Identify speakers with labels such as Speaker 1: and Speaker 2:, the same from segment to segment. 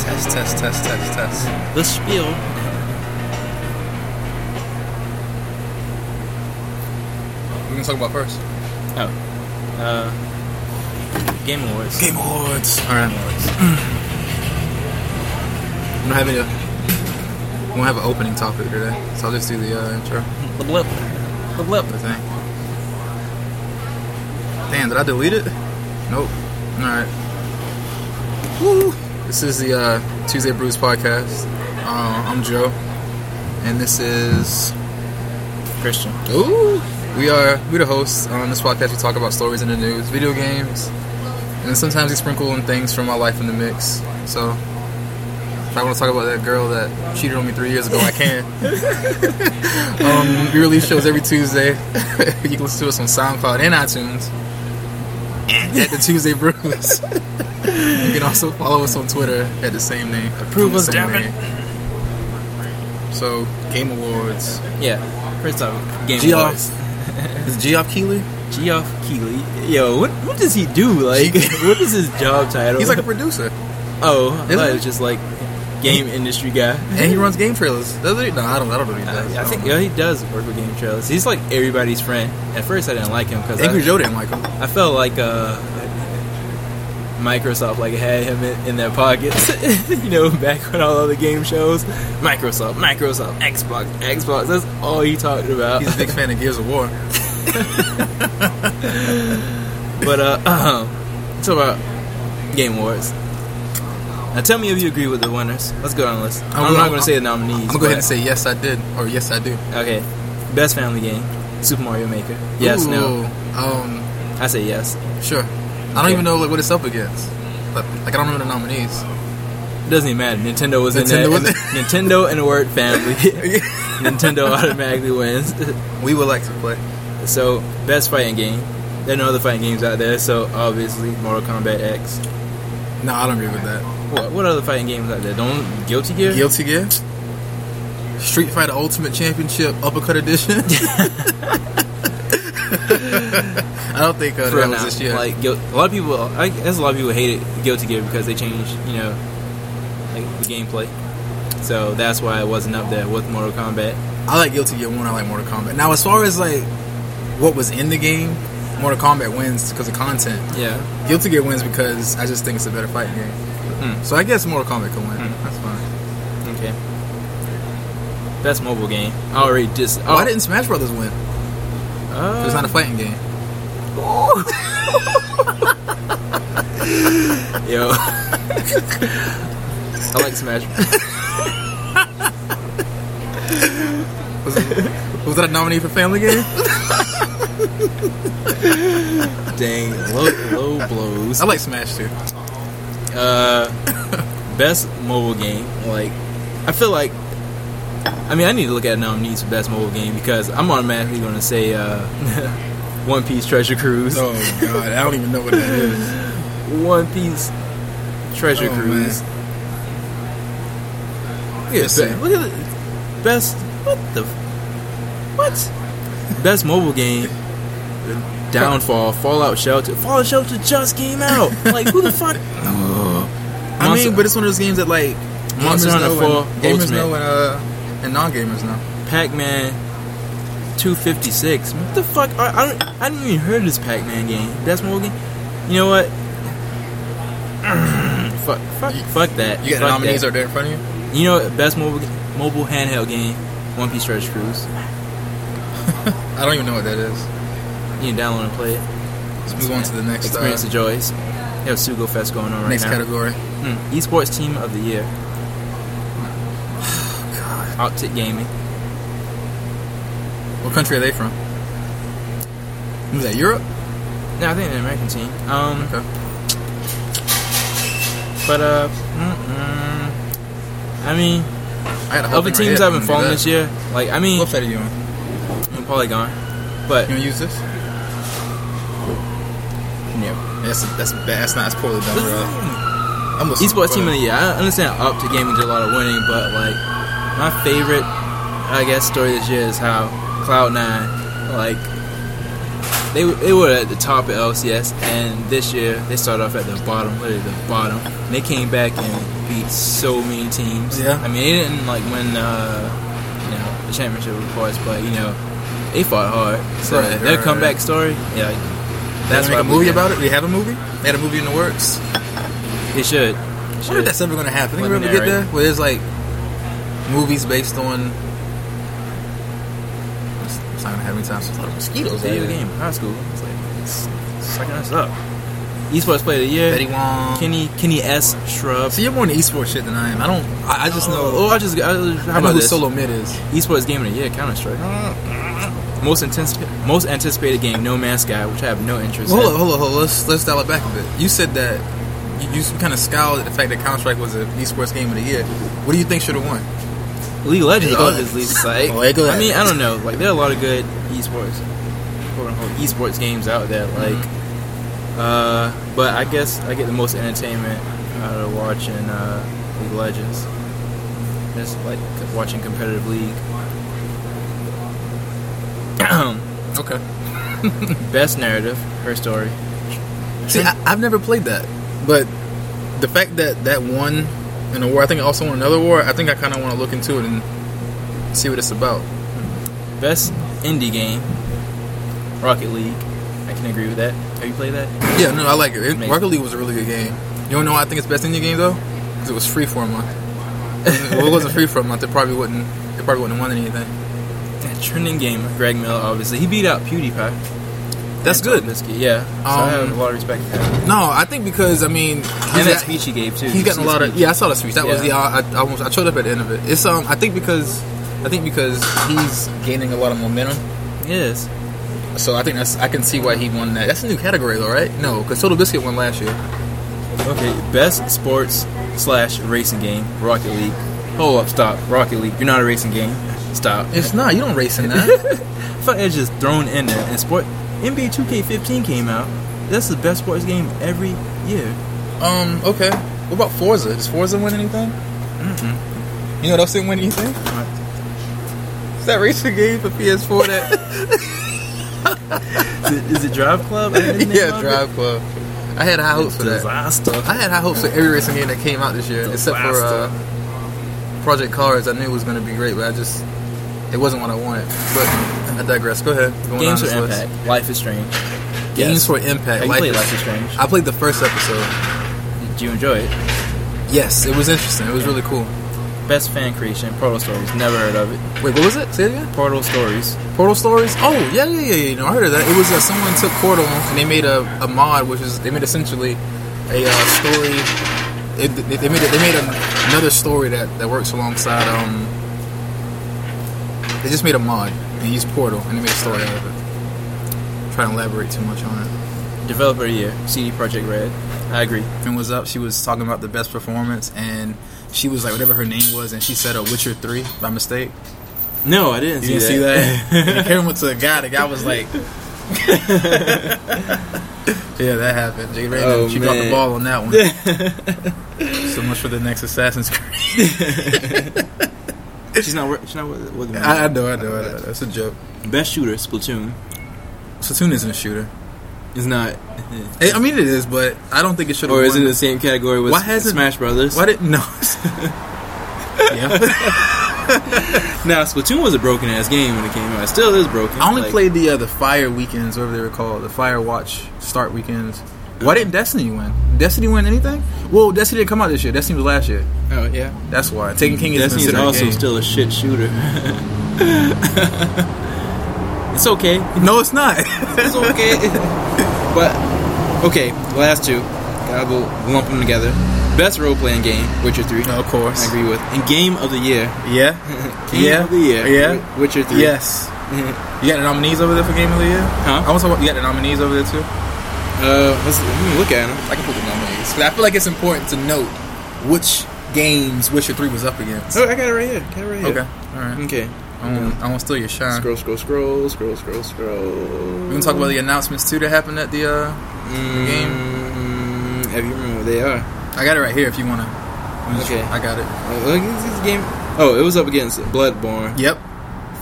Speaker 1: test, test, test, test.
Speaker 2: The spiel.
Speaker 1: We're gonna talk about first.
Speaker 2: Oh. Uh, Game Awards.
Speaker 1: Game Awards. All right. We don't have any. We don't have an opening topic today, so I'll just do the uh, intro.
Speaker 2: The blip. The blip.
Speaker 1: The thing. Damn, did I delete it? Nope. All right. Woo! This is the uh, Tuesday Brews podcast. Uh, I'm Joe, and this is
Speaker 2: Christian.
Speaker 1: Ooh. We are we the hosts on this podcast. We talk about stories in the news, video games, and then sometimes we sprinkle in things from our life in the mix. So if I want to talk about that girl that cheated on me three years ago, I can. um, we release shows every Tuesday. you can listen to us on SoundCloud and iTunes. And at the Tuesday Brews. you can also follow us on Twitter at the same name.
Speaker 2: Approve us, damn it.
Speaker 1: it. So Game Awards.
Speaker 2: Yeah. First off, Game
Speaker 3: Geoff.
Speaker 2: Awards.
Speaker 3: Is Geoff Keighley?
Speaker 2: Geoff Keighley. Yo, what what does he do? Like, what is his job title?
Speaker 1: He's like a producer.
Speaker 2: oh, I
Speaker 1: Isn't
Speaker 2: thought it
Speaker 1: he?
Speaker 2: was just like game industry guy.
Speaker 1: And he runs game trailers. Does he? No, I don't. I don't know. He does.
Speaker 2: I, I think yeah, he does work with game trailers. He's like everybody's friend. At first, I didn't like him because
Speaker 1: Angry Joe didn't like him.
Speaker 2: I felt like uh, Microsoft like had him in, in their pockets, you know, back when all other game shows. Microsoft, Microsoft, Xbox, Xbox. That's all he talked about.
Speaker 1: He's a big fan of Gears of War.
Speaker 2: but uh, so about Game Awards. Now tell me if you agree with the winners. Let's go down the list. I'm,
Speaker 1: I'm
Speaker 2: not
Speaker 1: gonna-
Speaker 2: going to say the nominees.
Speaker 1: I'm gonna go ahead and
Speaker 2: but-
Speaker 1: say yes, I did, or yes, I do.
Speaker 2: okay. Best family game, Super Mario Maker. Yes, no.
Speaker 1: Ooh, Um,
Speaker 2: I say yes.
Speaker 1: sure. I don't
Speaker 2: Okay.
Speaker 1: even know like what it's up against. Like, like I don't remember the nominees.
Speaker 2: It doesn't even matter. Nintendo was in
Speaker 1: Nintendo
Speaker 2: there.
Speaker 1: was in-
Speaker 2: Nintendo and the word family. Nintendo automatically wins.
Speaker 1: We would like to play.
Speaker 2: So, best fighting game. There are no other fighting games out there, so obviously Mortal Kombat X.
Speaker 1: No, I don't agree with that.
Speaker 2: What, what other fighting games out there? Don't Guilty Gear?
Speaker 1: Guilty Gear, Street Fighter Ultimate Championship Uppercut Edition. I don't think uh,
Speaker 2: For
Speaker 1: that
Speaker 2: now.
Speaker 1: was this year.
Speaker 2: Like Guil- a lot of people, I guess a lot of people hated Guilty Gear because they changed, you know, like the gameplay. So that's why it wasn't up there with Mortal Kombat.
Speaker 1: I like Guilty Gear 1, I like Mortal Kombat. Now, as far as like what was in the game, Mortal Kombat wins because of content.
Speaker 2: Yeah,
Speaker 1: Guilty Gear wins because I just think it's a better fighting game.
Speaker 2: Hmm.
Speaker 1: So I guess Mortal Kombat can win.
Speaker 2: Hmm.
Speaker 1: That's fine.
Speaker 2: okay. Best mobile game. I already just.
Speaker 1: Why didn't Smash Brothers win?
Speaker 2: Uh,
Speaker 1: It's not a fighting game.
Speaker 2: Yo. I like Smash.
Speaker 1: Was, it, was that a nominee for Family Game?
Speaker 2: Dang, low, low blows.
Speaker 1: I like Smash too.
Speaker 2: Uh, best mobile game. Like, I feel like. I mean, I need to look at nominees for best mobile game because I'm automatically going to say uh, One Piece Treasure Cruise.
Speaker 1: Oh god, I don't even know what that is.
Speaker 2: One Piece Treasure
Speaker 1: Oh,
Speaker 2: Cruise. Look at
Speaker 1: Let's
Speaker 2: that.
Speaker 1: see.
Speaker 2: Look at the best. What the? f- What? best mobile game. Downfall, Fallout Shelter. Fallout Shelter just came out. Like who the fuck?
Speaker 1: I
Speaker 2: Monster-
Speaker 1: mean, but it's one of those games that like
Speaker 2: Monster
Speaker 1: gamers
Speaker 2: Hunter
Speaker 1: know,
Speaker 2: 4
Speaker 1: and, gamers
Speaker 2: Ultimate.
Speaker 1: know and, uh, and non-gamers know.
Speaker 2: Pac-Man 256. What the fuck? I, I don't. I didn't even hear this Pac-Man game. Best mobile game. You know what? fuck. Fuck. fuck that.
Speaker 1: You got
Speaker 2: fuck
Speaker 1: nominees
Speaker 2: that.
Speaker 1: right there in front of you.
Speaker 2: You know what? Best mobile mobile handheld game. One Piece Treasure Cruise.
Speaker 1: I don't even know what that is.
Speaker 2: You can download and play it.
Speaker 1: Let's move on to the next uh,
Speaker 2: Experience the joys. They have Sugo Fest going on right
Speaker 1: next
Speaker 2: now.
Speaker 1: category.
Speaker 2: Mm, esports team of the year. Optic Gaming.
Speaker 1: What country are they from? Was that Europe?
Speaker 2: No, I think an American team. Um,
Speaker 1: Okay.
Speaker 2: but uh, mm-mm. I mean,
Speaker 1: I got a whole
Speaker 2: other
Speaker 1: thing right
Speaker 2: teams
Speaker 1: here.
Speaker 2: I've been following this year, like I mean,
Speaker 1: What website are you on? You
Speaker 2: Polygon, but
Speaker 1: want to use this?
Speaker 2: no.
Speaker 1: That's that's bad. That's not that's poorly done, bro. I'm listening,
Speaker 2: Esports team
Speaker 1: bro.
Speaker 2: of the year. I understand Optic Gaming did a lot of winning, but like my favorite, I guess, story this year is how Cloud Nine, like, they they were at the top of LCS, and this year they started off at the bottom, literally the bottom. And they came back and beat so many teams.
Speaker 1: Yeah.
Speaker 2: I mean they didn't like win, uh, you know, the championship of course, but you know they fought hard. So
Speaker 1: Right,
Speaker 2: their
Speaker 1: right,
Speaker 2: comeback story, yeah, like, that's
Speaker 1: That's make
Speaker 2: why
Speaker 1: a movie about it. We have a movie. They had a movie in the works.
Speaker 2: They should.
Speaker 1: I wonder if that's ever going to happen. Think we're going to get
Speaker 2: Preliminary.
Speaker 1: there? Where there's like movies based on. It's it's not going to happen anytime soon. It's a lot of mosquitoes. eh?
Speaker 2: video
Speaker 1: out there.
Speaker 2: game, high school. It's like it's sucking us up. Esports player of the year.
Speaker 1: Betty Wong.
Speaker 2: Kenny Kenny S. Shrub.
Speaker 1: See, you're more into esports shit than I am. I don't. I, I just know.
Speaker 2: Oh, I just. I, how
Speaker 1: I know
Speaker 2: about
Speaker 1: who
Speaker 2: this?
Speaker 1: Solo Mid is.
Speaker 2: Esports game of the year, Counter Strike. Most intense, most anticipated game, No Man's Sky, which I have no interest.
Speaker 1: Well,
Speaker 2: in.
Speaker 1: hold up, hold up, hold up. Let's let's dial it back a bit. You said that you, you kind of scowled at the fact that Counter Strike was an esports game of the year. What do you think should have won?
Speaker 2: League of Legends,
Speaker 1: There you go.
Speaker 2: obviously. Psych.
Speaker 1: Oh, there you go.
Speaker 2: I mean, I don't know. Like, there are a lot of good esports, quote unquote, esports games out there. Like, uh, but I guess I get the most entertainment out of watching uh, League of Legends. Just like watching competitive league.
Speaker 1: Okay.
Speaker 2: Best narrative, her story.
Speaker 1: See, I, I've never played that, but the fact that that won in a war, I think it also won another war. I think I kind of want to look into it and see what it's about.
Speaker 2: Best indie game, Rocket League. I can agree with that. Have you played that?
Speaker 1: Yeah, no, I like it. it
Speaker 2: Amazing.
Speaker 1: Rocket League was a really good game. You don't know why I think it's best indie game though, because it was free for a month. well, it wasn't free for a month. It probably wouldn't. It probably wouldn't have won anything.
Speaker 2: that trending game, Greg Miller, obviously. He beat out PewDiePie.
Speaker 1: That's
Speaker 2: And
Speaker 1: good.
Speaker 2: Tobiski, Yeah. so I
Speaker 1: Um,
Speaker 2: have a lot of respect for him.
Speaker 1: No, I think because I mean,
Speaker 2: And that
Speaker 1: he's-
Speaker 2: speech he gave, too.
Speaker 1: He's gotten a lot of yeah. I saw the speech. That was the uh,
Speaker 2: Yeah.
Speaker 1: I, I almost I showed up at the end of it. It's um I think because I think because he's gaining a lot of momentum.
Speaker 2: Yes.
Speaker 1: So I think that's I can see why he won that. That's a new category though, right? No, because Total Biscuit won last year.
Speaker 2: Okay, best sports slash racing game, Rocket League. Hold up, stop. Rocket League, you're not a racing game. Stop.
Speaker 1: It's not. You don't race in that.
Speaker 2: I felt it's just thrown in there. And sport NBA 2K15 came out. That's the best sports game every year.
Speaker 1: um. Okay. What about Forza? Does Forza win anything? You know what else didn't win anything?
Speaker 2: What?
Speaker 1: Is that racing game for PS4? That
Speaker 2: Is it, is it Drive Club? I didn't think
Speaker 1: yeah,
Speaker 2: about
Speaker 1: Drive Club. I had high hopes
Speaker 2: it.
Speaker 1: for that.
Speaker 2: Disaster.
Speaker 1: I had high hopes for every racing game that came out this year, except for
Speaker 2: Disaster.
Speaker 1: uh, Project Cars. I knew it was going to be great, but I just it wasn't what I wanted. But I digress. Go ahead. Going
Speaker 2: Games
Speaker 1: down
Speaker 2: for
Speaker 1: this list.
Speaker 2: Impact. Life is Strange.
Speaker 1: Games
Speaker 2: Yes.
Speaker 1: for Impact.
Speaker 2: Have you
Speaker 1: Life
Speaker 2: played
Speaker 1: is-
Speaker 2: Life is Strange?
Speaker 1: I played the first episode.
Speaker 2: Did you enjoy it?
Speaker 1: Yes, it was interesting. It was really cool.
Speaker 2: Best fan creation, Portal Stories. Never heard of it.
Speaker 1: Wait, what was it? Say it again.
Speaker 2: Portal Stories.
Speaker 1: Portal Stories. Oh yeah, yeah, yeah. yeah. No, I heard of that. It was uh, someone took Portal and they made a, a mod, which is they made essentially a uh, story. It, they, they made it, they made an- another story that, that works alongside. Um, they just made a mod and used Portal and they made a story out of it. Try to elaborate too much on it.
Speaker 2: Developer of the Year, CD Projekt Red. I agree.
Speaker 1: Friend was up. She was talking about the best performance and she was like whatever her name was and she said a Witcher three by mistake.
Speaker 2: No, I didn't,
Speaker 1: You didn't see that? and the camera went to a guy. The guy was like, "Yeah, that happened." Jay Raymond,
Speaker 2: Oh,
Speaker 1: she dropped the
Speaker 2: man.
Speaker 1: ball on that one. so much for the next Assassin's Creed.
Speaker 2: she's not. wor- She's not with, with me.
Speaker 1: I, I know, I know, I know. That's a joke.
Speaker 2: Best shooter, Splatoon,
Speaker 1: Satoon isn't a shooter.
Speaker 2: is not.
Speaker 1: Eh, I mean, it is, but I don't think it should.
Speaker 2: Or is it in the same category with
Speaker 1: Why hasn't-
Speaker 2: Smash Brothers?
Speaker 1: Why did no? yeah,
Speaker 2: Now Splatoon was a broken ass game when it came out. It still is broken.
Speaker 1: I only
Speaker 2: Like,
Speaker 1: played the uh, the Fire weekends, whatever they were called, the Fire Watch Start weekends. Why didn't Destiny win? Destiny win anything? Well, Destiny didn't come out this year. Destiny was last year.
Speaker 2: Oh yeah.
Speaker 1: That's why Taken King is
Speaker 2: Destiny is
Speaker 1: considered a
Speaker 2: also
Speaker 1: game.
Speaker 2: still a shit shooter. it's okay.
Speaker 1: No, it's not.
Speaker 2: It's okay. but okay, last two. I will lump them together. Best role playing game, Witcher Three.
Speaker 1: of course.
Speaker 2: I agree with. And game of the year.
Speaker 1: Yeah.
Speaker 2: Game
Speaker 1: Yeah.
Speaker 2: of the year.
Speaker 1: Yeah.
Speaker 2: Witcher Three.
Speaker 1: Yes. You got the nominees over there for Game of the Year?
Speaker 2: Huh?
Speaker 1: I want to talk about, you got the nominees over there too?
Speaker 2: Uh, let's, let me look at them.
Speaker 1: I can put the nominees. But I feel like it's important to note which games Witcher 3 was up against.
Speaker 2: Oh, I got it right here. Got it right here.
Speaker 1: Okay. Um, Alright.
Speaker 2: Okay.
Speaker 1: I won't- I won't steal your shine.
Speaker 2: Scroll, scroll, scroll, scroll, scroll, scroll.
Speaker 1: We can talk about the announcements too that happened at the. uh game.
Speaker 2: game. If Mm, you remember what they are.
Speaker 1: I got it right here if you want to.
Speaker 2: Okay.
Speaker 1: I got it.
Speaker 2: Oh, Uh, look, this is game. Oh, it was up against Bloodborne,
Speaker 1: Yep.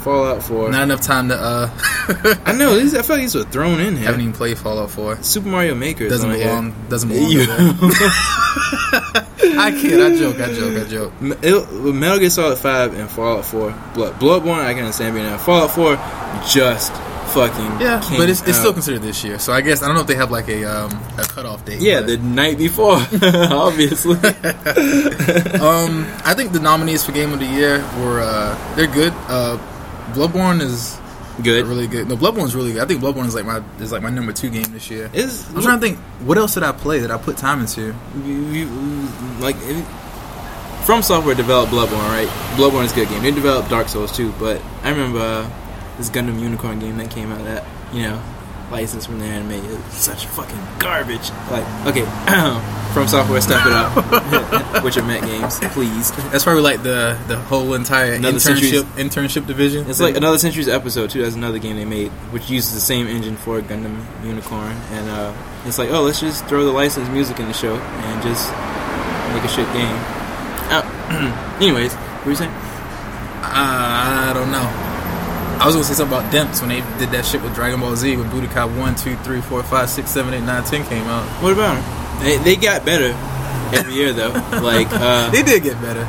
Speaker 2: Fallout 4.
Speaker 1: Not enough time to. uh
Speaker 2: I know. These, I feel like these were thrown in here.
Speaker 1: Haven't even played Fallout 4.
Speaker 2: Super Mario Maker is
Speaker 1: Doesn't
Speaker 2: on here.
Speaker 1: belong. Doesn't belong.
Speaker 2: You-
Speaker 1: over there. I kid. I joke. I joke. I joke.
Speaker 2: M- it- Metal Gear Solid 5 and Fallout 4. Blood, Bloodborne, I can understand being out. Fallout 4 just fucking.
Speaker 1: Yeah,
Speaker 2: came
Speaker 1: but it's, it's still
Speaker 2: out.
Speaker 1: considered this year. So I guess I don't know if they have like a um, a cutoff date.
Speaker 2: Yeah,
Speaker 1: but-
Speaker 2: the night before, obviously.
Speaker 1: um, I think the nominees for Game of the Year were uh, they're good. Uh, Bloodborne is
Speaker 2: Good.
Speaker 1: really good. No, Bloodborne's really good. I think Bloodborne is like my is like my number two game this year.
Speaker 2: It's,
Speaker 1: I'm trying to think what else did I play that I put time into.
Speaker 2: you- you- like it- from software developed Bloodborne, right? Bloodborne is a good game. They developed Dark Souls too, but I remember uh, this Gundam Unicorn game that came out that you know licensed from the anime. It's such fucking garbage. Like, okay, from software, step it up. Which are Met games, please.
Speaker 1: That's probably like the the whole entire
Speaker 2: Another
Speaker 1: internship internship division.
Speaker 2: It's like another Centuries episode too. That's another game they made, which uses the same engine for Gundam Unicorn, and uh, it's like, oh, let's just throw the licensed music in the show and just make a shit game. Uh, anyways, what were you saying?
Speaker 1: I don't know. I was gonna say something about Demps when they did that shit with Dragon Ball Z when Budokai 1, 2, 3, 4, 5, 6, 7, 8, 9, 10 came out.
Speaker 2: What about them? They, they got better every year though. like, uh,
Speaker 1: They did get better.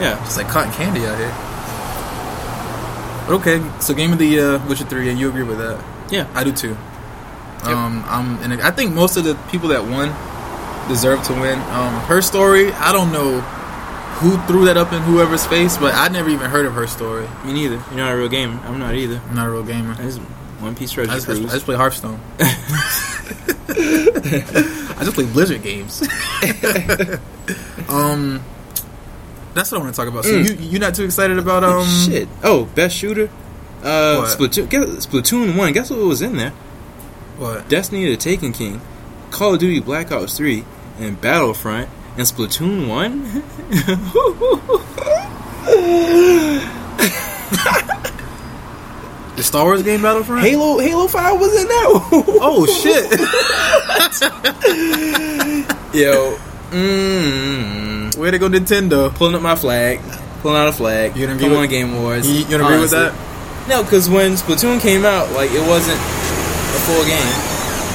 Speaker 2: yeah,
Speaker 1: It's like cotton candy out here. But okay, so game of the year, Witcher three, and you agree with that?
Speaker 2: yeah.
Speaker 1: I do too. Um, I'm, and I think most of the people that won deserve to win. Um, her story, I don't know who threw that up in whoever's face, but I never even heard of her story.
Speaker 2: Me neither. You're not a real gamer. I'm not either.
Speaker 1: I'm not a real gamer.
Speaker 2: I just One Piece
Speaker 1: I
Speaker 2: Treasure
Speaker 1: just, I
Speaker 2: Cruise.
Speaker 1: just- I just play Hearthstone. I just play Blizzard games. um, that's what I want to talk about. So you you not too excited about um?
Speaker 2: Hmm. Shit. Oh, best shooter. Uh,
Speaker 1: What?
Speaker 2: Splatoon. Guess, Splatoon one. Guess what was in there?
Speaker 1: What?
Speaker 2: Destiny the Taken King, Call of Duty Black Ops 3, and Battlefront, and Splatoon 1?
Speaker 1: The Star Wars game Battlefront?
Speaker 2: Halo Halo 5 was in that one.
Speaker 1: Oh shit!
Speaker 2: Yo. Mm.
Speaker 1: Way to go, Nintendo.
Speaker 2: Pulling up my flag. Pulling out a flag.
Speaker 1: You didn't
Speaker 2: Come
Speaker 1: agree
Speaker 2: on,
Speaker 1: with-
Speaker 2: Game Awards.
Speaker 1: You, you gonna agree with
Speaker 2: Honestly.
Speaker 1: that?
Speaker 2: No, because when Splatoon came out, like, it wasn't a full game.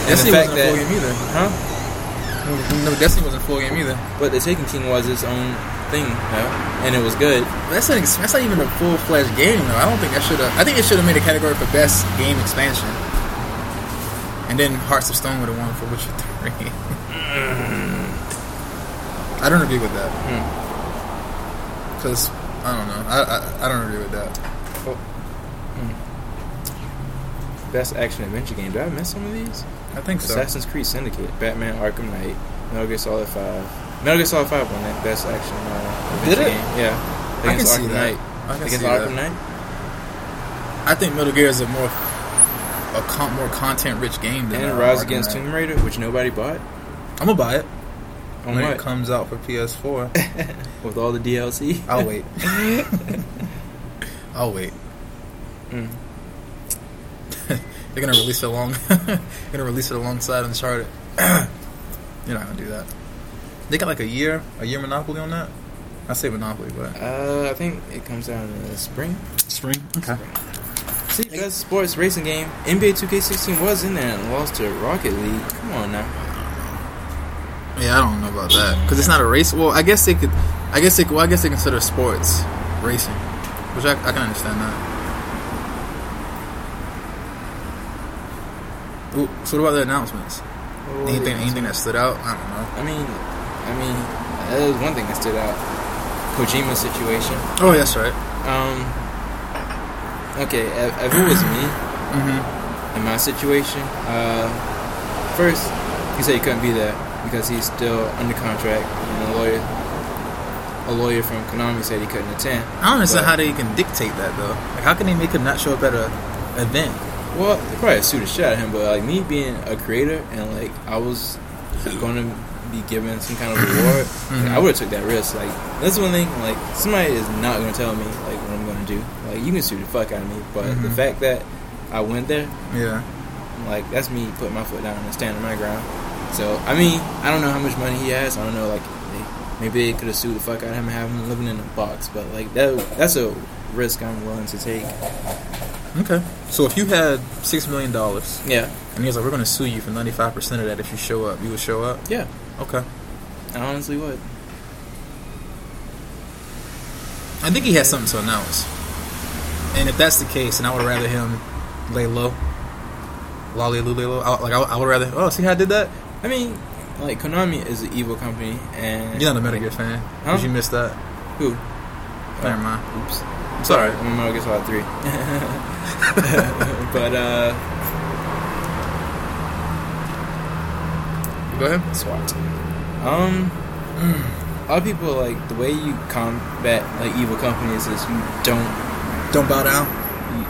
Speaker 2: And the
Speaker 1: Destiny
Speaker 2: fact
Speaker 1: wasn't a full
Speaker 2: that.
Speaker 1: game either.
Speaker 2: Huh?
Speaker 1: No, no, Destiny wasn't a full game either.
Speaker 2: But the Taken King was its own thing, though. And it was good.
Speaker 1: That's not ex- that's not even a full fledged game though. I don't think I should have. I think it should have made a category for best game expansion. And then Hearts of Stone would have won for Witcher Three. I don't agree with that. Cause I don't know. I I, I don't agree with that.
Speaker 2: Best action adventure game. Did I miss some of these?
Speaker 1: I think so.
Speaker 2: Assassin's Creed Syndicate, Batman Arkham Knight, Metal Gear Solid Five. Metal Gear Solid Five won that best action uh,
Speaker 1: Did
Speaker 2: adventure
Speaker 1: it?
Speaker 2: game. Yeah,
Speaker 1: I can
Speaker 2: against
Speaker 1: see
Speaker 2: Arkham
Speaker 1: that.
Speaker 2: Knight.
Speaker 1: I can see
Speaker 2: Against
Speaker 1: that.
Speaker 2: Arkham Knight.
Speaker 1: I think Metal Gear is a more a con- more content rich game than
Speaker 2: And
Speaker 1: uh,
Speaker 2: it Rise
Speaker 1: Arkham
Speaker 2: Against
Speaker 1: Knight.
Speaker 2: Tomb Raider, which nobody bought.
Speaker 1: I'm gonna buy it
Speaker 2: On
Speaker 1: when
Speaker 2: what?
Speaker 1: it comes out for PS4.
Speaker 2: With all the DLC.
Speaker 1: I'll wait. I'll wait.
Speaker 2: Mm.
Speaker 1: They're gonna release it along. they're gonna release it alongside Uncharted. You're not gonna do that. They got like a year, a year monopoly on that. I say monopoly, but
Speaker 2: Uh, I think it comes out in the spring.
Speaker 1: spring. Okay.
Speaker 2: See, best sports racing game. NBA 2K16 was in there and lost to Rocket League. Come on now.
Speaker 1: Yeah, I don't know about that because it's not a race. Well, I guess they could. I guess they. Well, I guess they consider sports racing, which I, I can understand that. Ooh, so what about the announcements? Anything? Anything that stood out? I don't know.
Speaker 2: I mean, I mean, that was one thing that stood out. Kojima situation.
Speaker 1: Oh, that's right.
Speaker 2: Um. Okay, if if it was me
Speaker 1: Mm-hmm.
Speaker 2: in my situation, uh, first he said he couldn't be there because he's still under contract, and a lawyer, a lawyer from Konami said he couldn't attend.
Speaker 1: I don't understand
Speaker 2: But-
Speaker 1: how they can dictate that though. Like, how can they make him not show up at a event?
Speaker 2: Well, they probably shoot a shot at him, but like me being a creator and like I was going to be given some kind of reward, like, I would have took that risk. Like that's one thing. Like somebody is not going to tell me like what I'm going to do. Like you can shoot the fuck out of me, but the
Speaker 1: Mhm.
Speaker 2: fact that I went there,
Speaker 1: Yeah.
Speaker 2: like that's me putting my foot down and standing my ground. So I mean, I don't know how much money he has. I don't know like Maybe they could have sued the fuck out of him and have him living in a box, but like that that's a risk I'm willing to take.
Speaker 1: Okay. So if you had six million dollars
Speaker 2: Yeah.
Speaker 1: and he was like, "We're going to sue you for ninety five percent of that if you show up," you would show up.
Speaker 2: Yeah.
Speaker 1: Okay.
Speaker 2: I honestly would.
Speaker 1: I think he has something to announce. And if that's the case, and I would rather him lay low, lolly loo lay low. I, like I, I would rather. Oh, see how I did that?
Speaker 2: I mean, like Konami is an evil company and
Speaker 1: You're not a Metal Gear fan. Did
Speaker 2: Huh?
Speaker 1: you miss that?
Speaker 2: Who?
Speaker 1: Never mind.
Speaker 2: Oops.
Speaker 1: It's
Speaker 2: Sorry,
Speaker 1: alright.
Speaker 2: right. I'm Metal Gear Solid 3. but, uh,
Speaker 1: Go ahead.
Speaker 2: SWAT. Um, a lot of people, like, the way you combat, like, evil companies is you don't,
Speaker 1: Don't bow down.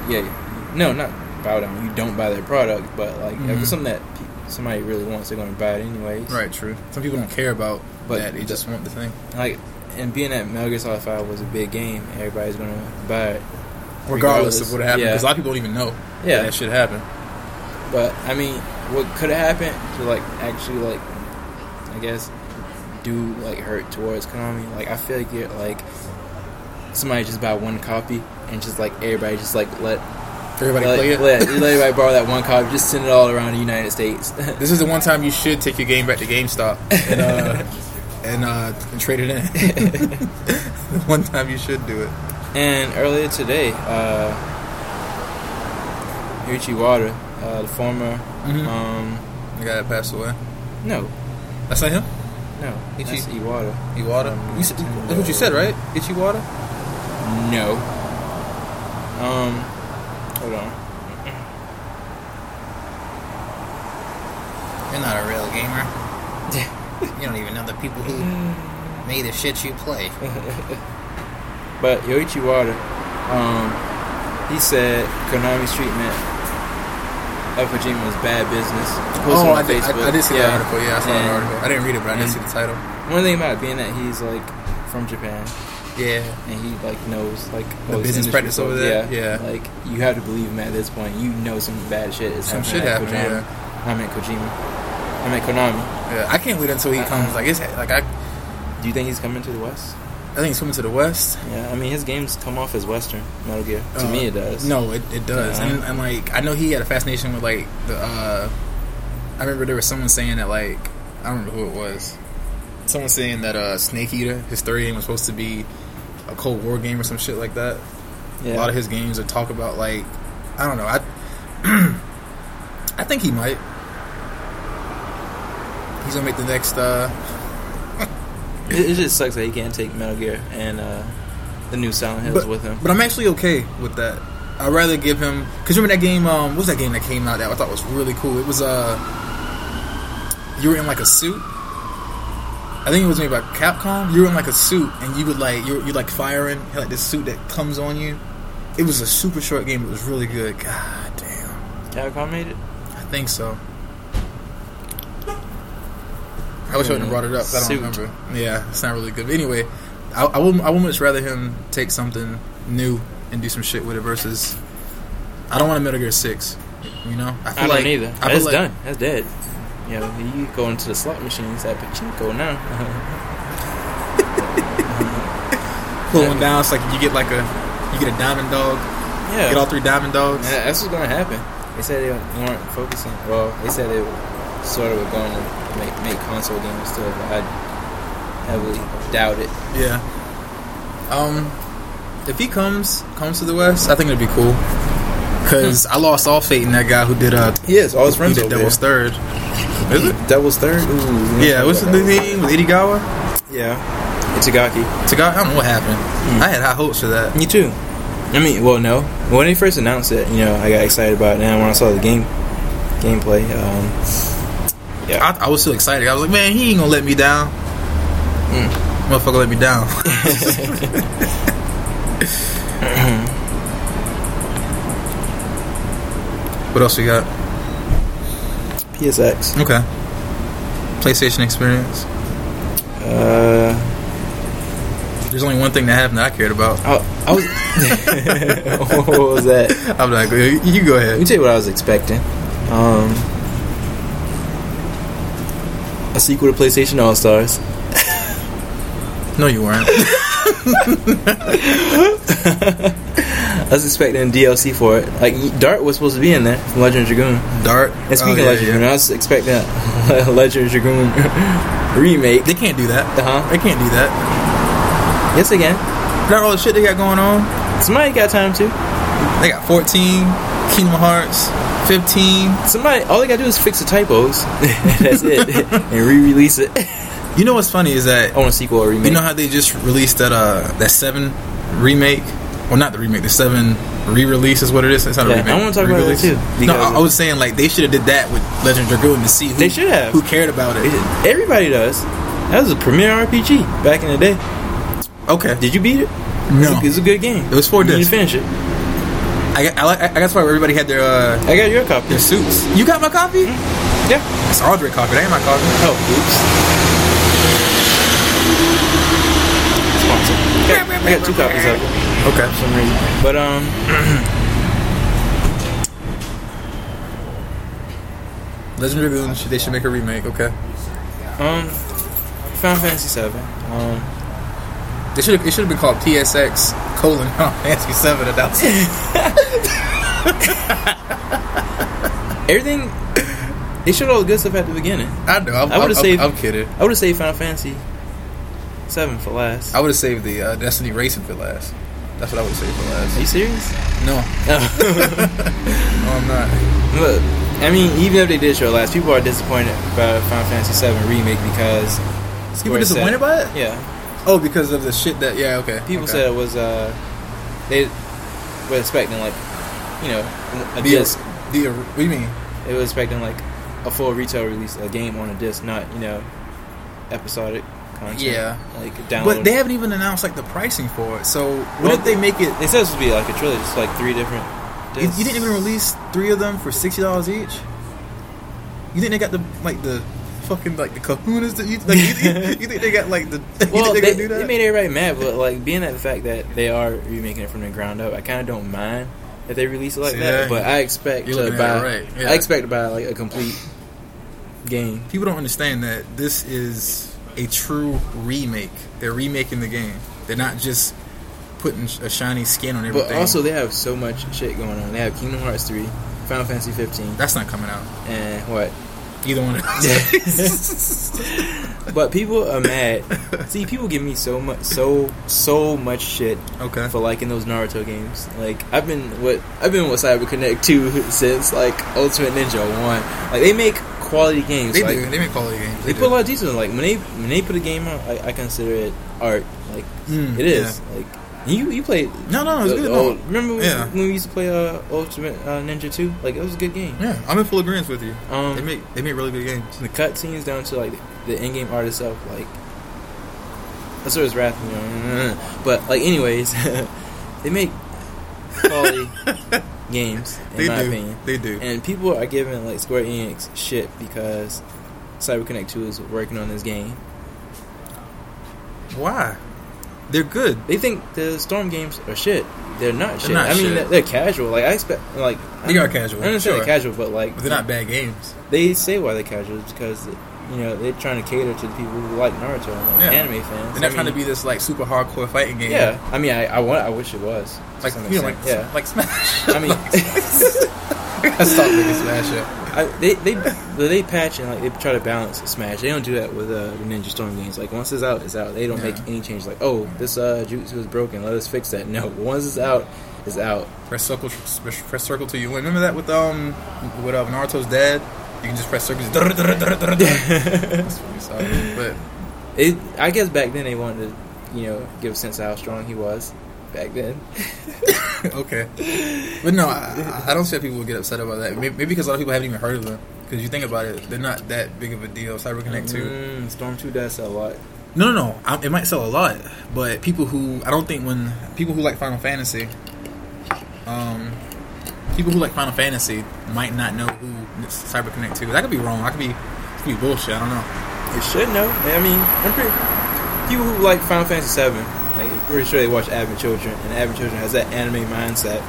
Speaker 2: you, yeah, no, not bow down. You don't buy their product, but, like, if
Speaker 1: Mhm.
Speaker 2: it's something that pe- somebody really wants, they're going to buy it anyways.
Speaker 1: Right. True. Some people don't care about
Speaker 2: But-
Speaker 1: that. They just want the thing.
Speaker 2: Like, and being that Metal Gear Solid 5 was a big game, everybody's going to buy it.
Speaker 1: Regardless, of what happened,
Speaker 2: yeah.
Speaker 1: because a lot of people don't even know
Speaker 2: Yeah.
Speaker 1: that shit happened.
Speaker 2: But I mean, what could have happened to like actually like, I guess, do like hurt towards Konami? Like I feel like it, like somebody just buy one copy and just like everybody just like let
Speaker 1: Everybody
Speaker 2: let,
Speaker 1: play it.
Speaker 2: let, let everybody borrow that one copy, just send it all around the United States.
Speaker 1: This is the one time you should take your game back to GameStop and uh, and, uh, and trade it in. the one time you should do it.
Speaker 2: and earlier today, uh, Yuichi Wada, uh, the former,
Speaker 1: Mhm.
Speaker 2: um,
Speaker 1: The guy that passed away.
Speaker 2: no,
Speaker 1: That's not him.
Speaker 2: no,
Speaker 1: Yuichi-
Speaker 2: that's Iwata.
Speaker 1: Iwata. You said, that's what you said, right? Ichiwata.
Speaker 2: No. Um, hold on.
Speaker 4: You're not a real gamer. you don't even know the people who made the shit you play.
Speaker 2: But Yoichi Wada, um, he said Konami's treatment of Kojima was bad business. Posted
Speaker 1: Oh,
Speaker 2: on
Speaker 1: I did, I, I did see that article. Yeah, I saw
Speaker 2: And
Speaker 1: that article. I didn't read it, but I did
Speaker 4: Mm-hmm.
Speaker 2: and-
Speaker 1: see the title.
Speaker 2: One thing about it being that he's like from Japan
Speaker 1: Yeah.
Speaker 2: and he like knows like
Speaker 1: The
Speaker 2: all this
Speaker 1: business
Speaker 2: industry,
Speaker 1: practice
Speaker 2: so,
Speaker 1: over there? Yeah.
Speaker 2: like you have to believe him at this point. You know some bad shit is
Speaker 1: Some
Speaker 2: happening.
Speaker 1: shit
Speaker 2: at Kojima.
Speaker 1: happened,
Speaker 2: I meant Kojima. I meant Konami.
Speaker 1: Yeah. I can't wait until he
Speaker 2: Uh-uh.
Speaker 1: comes. Like, it's, like I, I
Speaker 2: Do you think he's coming to the West?
Speaker 1: think he's coming to the West.
Speaker 2: Yeah, I mean his games come off as Western Metal Gear. To
Speaker 1: Uh,
Speaker 2: me, it does.
Speaker 1: No, it, it does.
Speaker 2: Yeah.
Speaker 1: And, and like I know he had a fascination with like the uh I remember there was someone saying that like I don't remember who it was. Someone saying that uh Snake Eater, his third game was supposed to be a Cold War game or some shit like that.
Speaker 2: yeah.
Speaker 1: A lot of his games are talk about like I don't know, I I think he might. He's gonna make the next uh
Speaker 2: It, it just sucks that he can't take Metal Gear and uh, the new Silent Hills
Speaker 1: But-
Speaker 2: with him.
Speaker 1: But I'm actually okay with that. I'd rather give him because remember that game. Um, what was that game that came out that I thought was really cool? It was uh, you were in like a suit. I think it was made by Capcom. You were in like a suit, and you would like you you like firing had, like this suit that comes on you. It was a super short game. It was really good. God damn,
Speaker 2: Capcom made it.
Speaker 1: I think so. I wish I would have brought it up. but I
Speaker 2: Suit.
Speaker 1: don't remember. Yeah, it's not really good. But anyway, I, I would I would much rather him take something new and do some shit with it versus I don't want a Metal Gear Six. You know, feel
Speaker 2: I don't either.
Speaker 1: I feel
Speaker 2: That's
Speaker 1: like-
Speaker 2: done. That's dead. You know, you go into the slot machines at Pachinko now.
Speaker 1: Pulling down, it's like you get like a you get a diamond dog.
Speaker 2: yeah.
Speaker 1: Get all three diamond dogs.
Speaker 2: Yeah, that's what's gonna happen. They said they weren't focusing. Well, they said they were sort of were going to make, make console games still, but I heavily doubt it.
Speaker 1: Yeah. Um, if he comes comes to the West, I think it'd be cool. Cause I lost all faith in that guy who did uh
Speaker 2: He is. All his
Speaker 1: who did Devil's Third. Is it?
Speaker 2: Devil's Third. Ooh,
Speaker 1: Yeah, what's the name? Was Itigawa?
Speaker 2: Yeah, Itagaki.
Speaker 1: Itigawa? I don't know what happened. I had high hopes for that.
Speaker 2: Me too. I mean, well, no. When they first announced it, you know, I got excited about it. And when I saw the game gameplay, um,
Speaker 1: I, I was so excited. I was like, man, he ain't gonna let me down. Motherfucker let me down. what else we got?
Speaker 2: PSX,
Speaker 1: Okay. PlayStation experience.
Speaker 2: uh,
Speaker 1: There's only one thing that happened that I cared about.
Speaker 2: I, I was, what was that?
Speaker 1: I'm not good. You go
Speaker 2: Let me
Speaker 1: ahead.
Speaker 2: tell you what I was expecting. Um, a sequel to PlayStation All Stars.
Speaker 1: No, you weren't.
Speaker 2: I was expecting DLC for it. Like Dart was supposed to be in there from Legend of Dragoon.
Speaker 1: Dart.
Speaker 2: And speaking
Speaker 1: Oh, yeah,
Speaker 2: of Legend of
Speaker 1: yeah.
Speaker 2: Dragoon, I was expecting a Legend of Dragoon remake.
Speaker 1: They can't do that.
Speaker 2: Uh huh.
Speaker 1: They can't do that.
Speaker 2: Yes, again.
Speaker 1: Not all the shit they got going on.
Speaker 2: Somebody got time to.
Speaker 1: They got 14, Kingdom Hearts, 15.
Speaker 2: Somebody. All they gotta do is fix the typos. That's it. and re-release it.
Speaker 1: You know what's funny is that
Speaker 2: I want a sequel or remake.
Speaker 1: you know how they just released that uh that seven remake. Well, not the remake. The seven re-release is what it is. It's not
Speaker 2: Yeah,
Speaker 1: a remake.
Speaker 2: I wanna talk about that
Speaker 1: Re-release.
Speaker 2: too,
Speaker 1: No,
Speaker 2: because-
Speaker 1: I, I was saying like they should have did that with Legend of Dragoon to see who
Speaker 2: They should have.
Speaker 1: who cared about it.
Speaker 2: Everybody does. That was a premier RPG back in the day.
Speaker 1: Okay,
Speaker 2: Did you beat it?
Speaker 1: No.
Speaker 2: It's a, it's a good game.
Speaker 1: It was four
Speaker 2: You need to finish
Speaker 1: discs.
Speaker 2: it.
Speaker 1: I got- I, like- I guess why everybody had their uh
Speaker 2: I got your copy.
Speaker 1: their suits. You got my copy?
Speaker 2: Yeah.
Speaker 1: It's Audrey copy. That ain't my copy.
Speaker 2: Mm-hmm. Oh, oops. Sponsor. I got- I got two copies of it.
Speaker 1: Okay.
Speaker 2: some reason. But um,
Speaker 1: Legend of Dragoon. should- They should make a remake. Okay.
Speaker 2: um, Final Fantasy Seven. Um,
Speaker 1: They should it should have been called PSX colon Final Fantasy Seven. Adults.
Speaker 2: everything. They showed all the good stuff at the beginning.
Speaker 1: I know. I'm,
Speaker 2: I would've
Speaker 1: I'm-
Speaker 2: saved-
Speaker 1: I'm kidding.
Speaker 2: I would have saved Final Fantasy Seven for last.
Speaker 1: I would have saved the uh, Destiny Racing for last. That's what I would have saved for
Speaker 2: Are
Speaker 1: last.
Speaker 2: you serious?
Speaker 1: No,
Speaker 2: No.
Speaker 1: no, I'm not.
Speaker 2: Look, I mean, even if they did show last, people are disappointed by Final Fantasy Seven remake because
Speaker 1: People
Speaker 2: Square
Speaker 1: disappointed
Speaker 2: said-
Speaker 1: by it?
Speaker 2: Yeah,
Speaker 1: Oh, because of the shit that. Yeah, okay.
Speaker 2: people
Speaker 1: okay.
Speaker 2: said it was uh, they were expecting like, you know, a
Speaker 1: the,
Speaker 2: disc.
Speaker 1: the. What do you mean?
Speaker 2: They were expecting like a full retail release, a game on a disc, not you know, episodic content.
Speaker 1: Yeah.
Speaker 2: like download.
Speaker 1: But they haven't even announced like the pricing for it. So what
Speaker 2: Well,
Speaker 1: if they make it?
Speaker 2: They said this would be like a trilogy, just like three different.
Speaker 1: You,
Speaker 2: Discs.
Speaker 1: you didn't even release three of them for sixty dollars each. You think they got the like the fucking like the kahunas that you like? You, think- you think they got like the? You
Speaker 2: Well,
Speaker 1: think
Speaker 2: they,
Speaker 1: they, gonna do
Speaker 2: they
Speaker 1: that?
Speaker 2: made everybody mad, but like being at the fact that they are remaking it from the ground up, I kind of don't mind that they release it like
Speaker 1: See,
Speaker 2: that.
Speaker 1: yeah,
Speaker 2: But I expect
Speaker 1: you're
Speaker 2: to
Speaker 1: looking at
Speaker 2: buy,
Speaker 1: it right, yeah.
Speaker 2: I expect to buy like a complete game.
Speaker 1: People don't understand that this is a true remake. They're remaking the game. They're not just putting sh- a shiny skin on everything.
Speaker 2: But also, they have so much shit going on. They have Kingdom Hearts three, Final Fantasy fifteen,
Speaker 1: that's not coming out.
Speaker 2: and what?
Speaker 1: Either one of those.
Speaker 2: But people are mad. See, people give me so much, so so much shit
Speaker 1: okay.
Speaker 2: for liking those Naruto games. Like I've been what I've been with Cyber Connect 2 since like Ultimate Ninja 1. Like they make quality games.
Speaker 1: They
Speaker 2: like,
Speaker 1: do. They make quality games.
Speaker 2: They
Speaker 1: do.
Speaker 2: put a lot of detail. in it. Like when they when they put a game out, I, I consider it art. Like
Speaker 1: Mm,
Speaker 2: it is. Like you you played.
Speaker 1: No, no, it's
Speaker 2: the-
Speaker 1: good.
Speaker 2: the
Speaker 1: no.
Speaker 2: old- remember when,
Speaker 1: Yeah.
Speaker 2: when we used to play uh, Ultimate uh, Ninja 2? Like it was a good game.
Speaker 1: Yeah, I'm in full agreement with you.
Speaker 2: Um,
Speaker 1: They make they make really good games.
Speaker 2: the cutscenes down to like the in-game art itself, like that's what was wrath, you know. But like, anyways, they make quality games in
Speaker 1: They
Speaker 2: my
Speaker 1: do.
Speaker 2: opinion,
Speaker 1: They do.
Speaker 2: and people are giving like Square Enix shit because CyberConnect Two is working on this game.
Speaker 1: Why? They're good.
Speaker 2: They think the Storm games are shit. They're not shit.
Speaker 1: not
Speaker 2: I mean,
Speaker 1: shit.
Speaker 2: they're, they're casual. Like I expect, like
Speaker 1: They
Speaker 2: I
Speaker 1: are casual,
Speaker 2: I understand
Speaker 1: sure.
Speaker 2: they're casual, but like
Speaker 1: But they're not bad games.
Speaker 2: they say why they're casual is because you know they're trying to cater to the people who like Naruto and like
Speaker 1: Yeah.
Speaker 2: anime fans.
Speaker 1: They're not
Speaker 2: I
Speaker 1: trying to
Speaker 2: mean,
Speaker 1: be this like super hardcore fighting game.
Speaker 2: Yeah, I mean, I I, want, I wish it was. to
Speaker 1: Like
Speaker 2: some
Speaker 1: you know, like
Speaker 2: extent. yeah.
Speaker 1: like Smash.
Speaker 2: I mean,
Speaker 1: I stopped making Smash up.
Speaker 2: I, they they they they patch and like they try to balance Smash. They don't do that with uh, the Ninja Storm games. Like once it's out, it's out. They don't
Speaker 1: Yeah.
Speaker 2: make any change. Like oh, this uh, jutsu is broken. Let us fix that. No, once it's out, it's out.
Speaker 1: Press circle, press circle till you win. Remember that with um with um, Naruto's dad. You can just press circles. That's what we saw. But
Speaker 2: It I guess back then they wanted to you know give a sense of how strong he was back then.
Speaker 1: okay, but no, I, I don't see how people would get upset about that. Maybe, maybe because a lot of people haven't even heard of them. Because you think about it, they're not that big of a deal. Cyber Connect two.
Speaker 2: Mm, Storm Two does sell a lot.
Speaker 1: No, no, no. I, it might sell a lot, but people who I don't think when people who like Final Fantasy, um, people who like Final Fantasy might not know who Cyber Connect to. I could be wrong. I could be, it could be bullshit. I don't know.
Speaker 2: It should know. I mean, I'm pretty. People who like Final Fantasy Seven, like I'm pretty sure they watch Advent Children, and Advent Children has that anime mindset.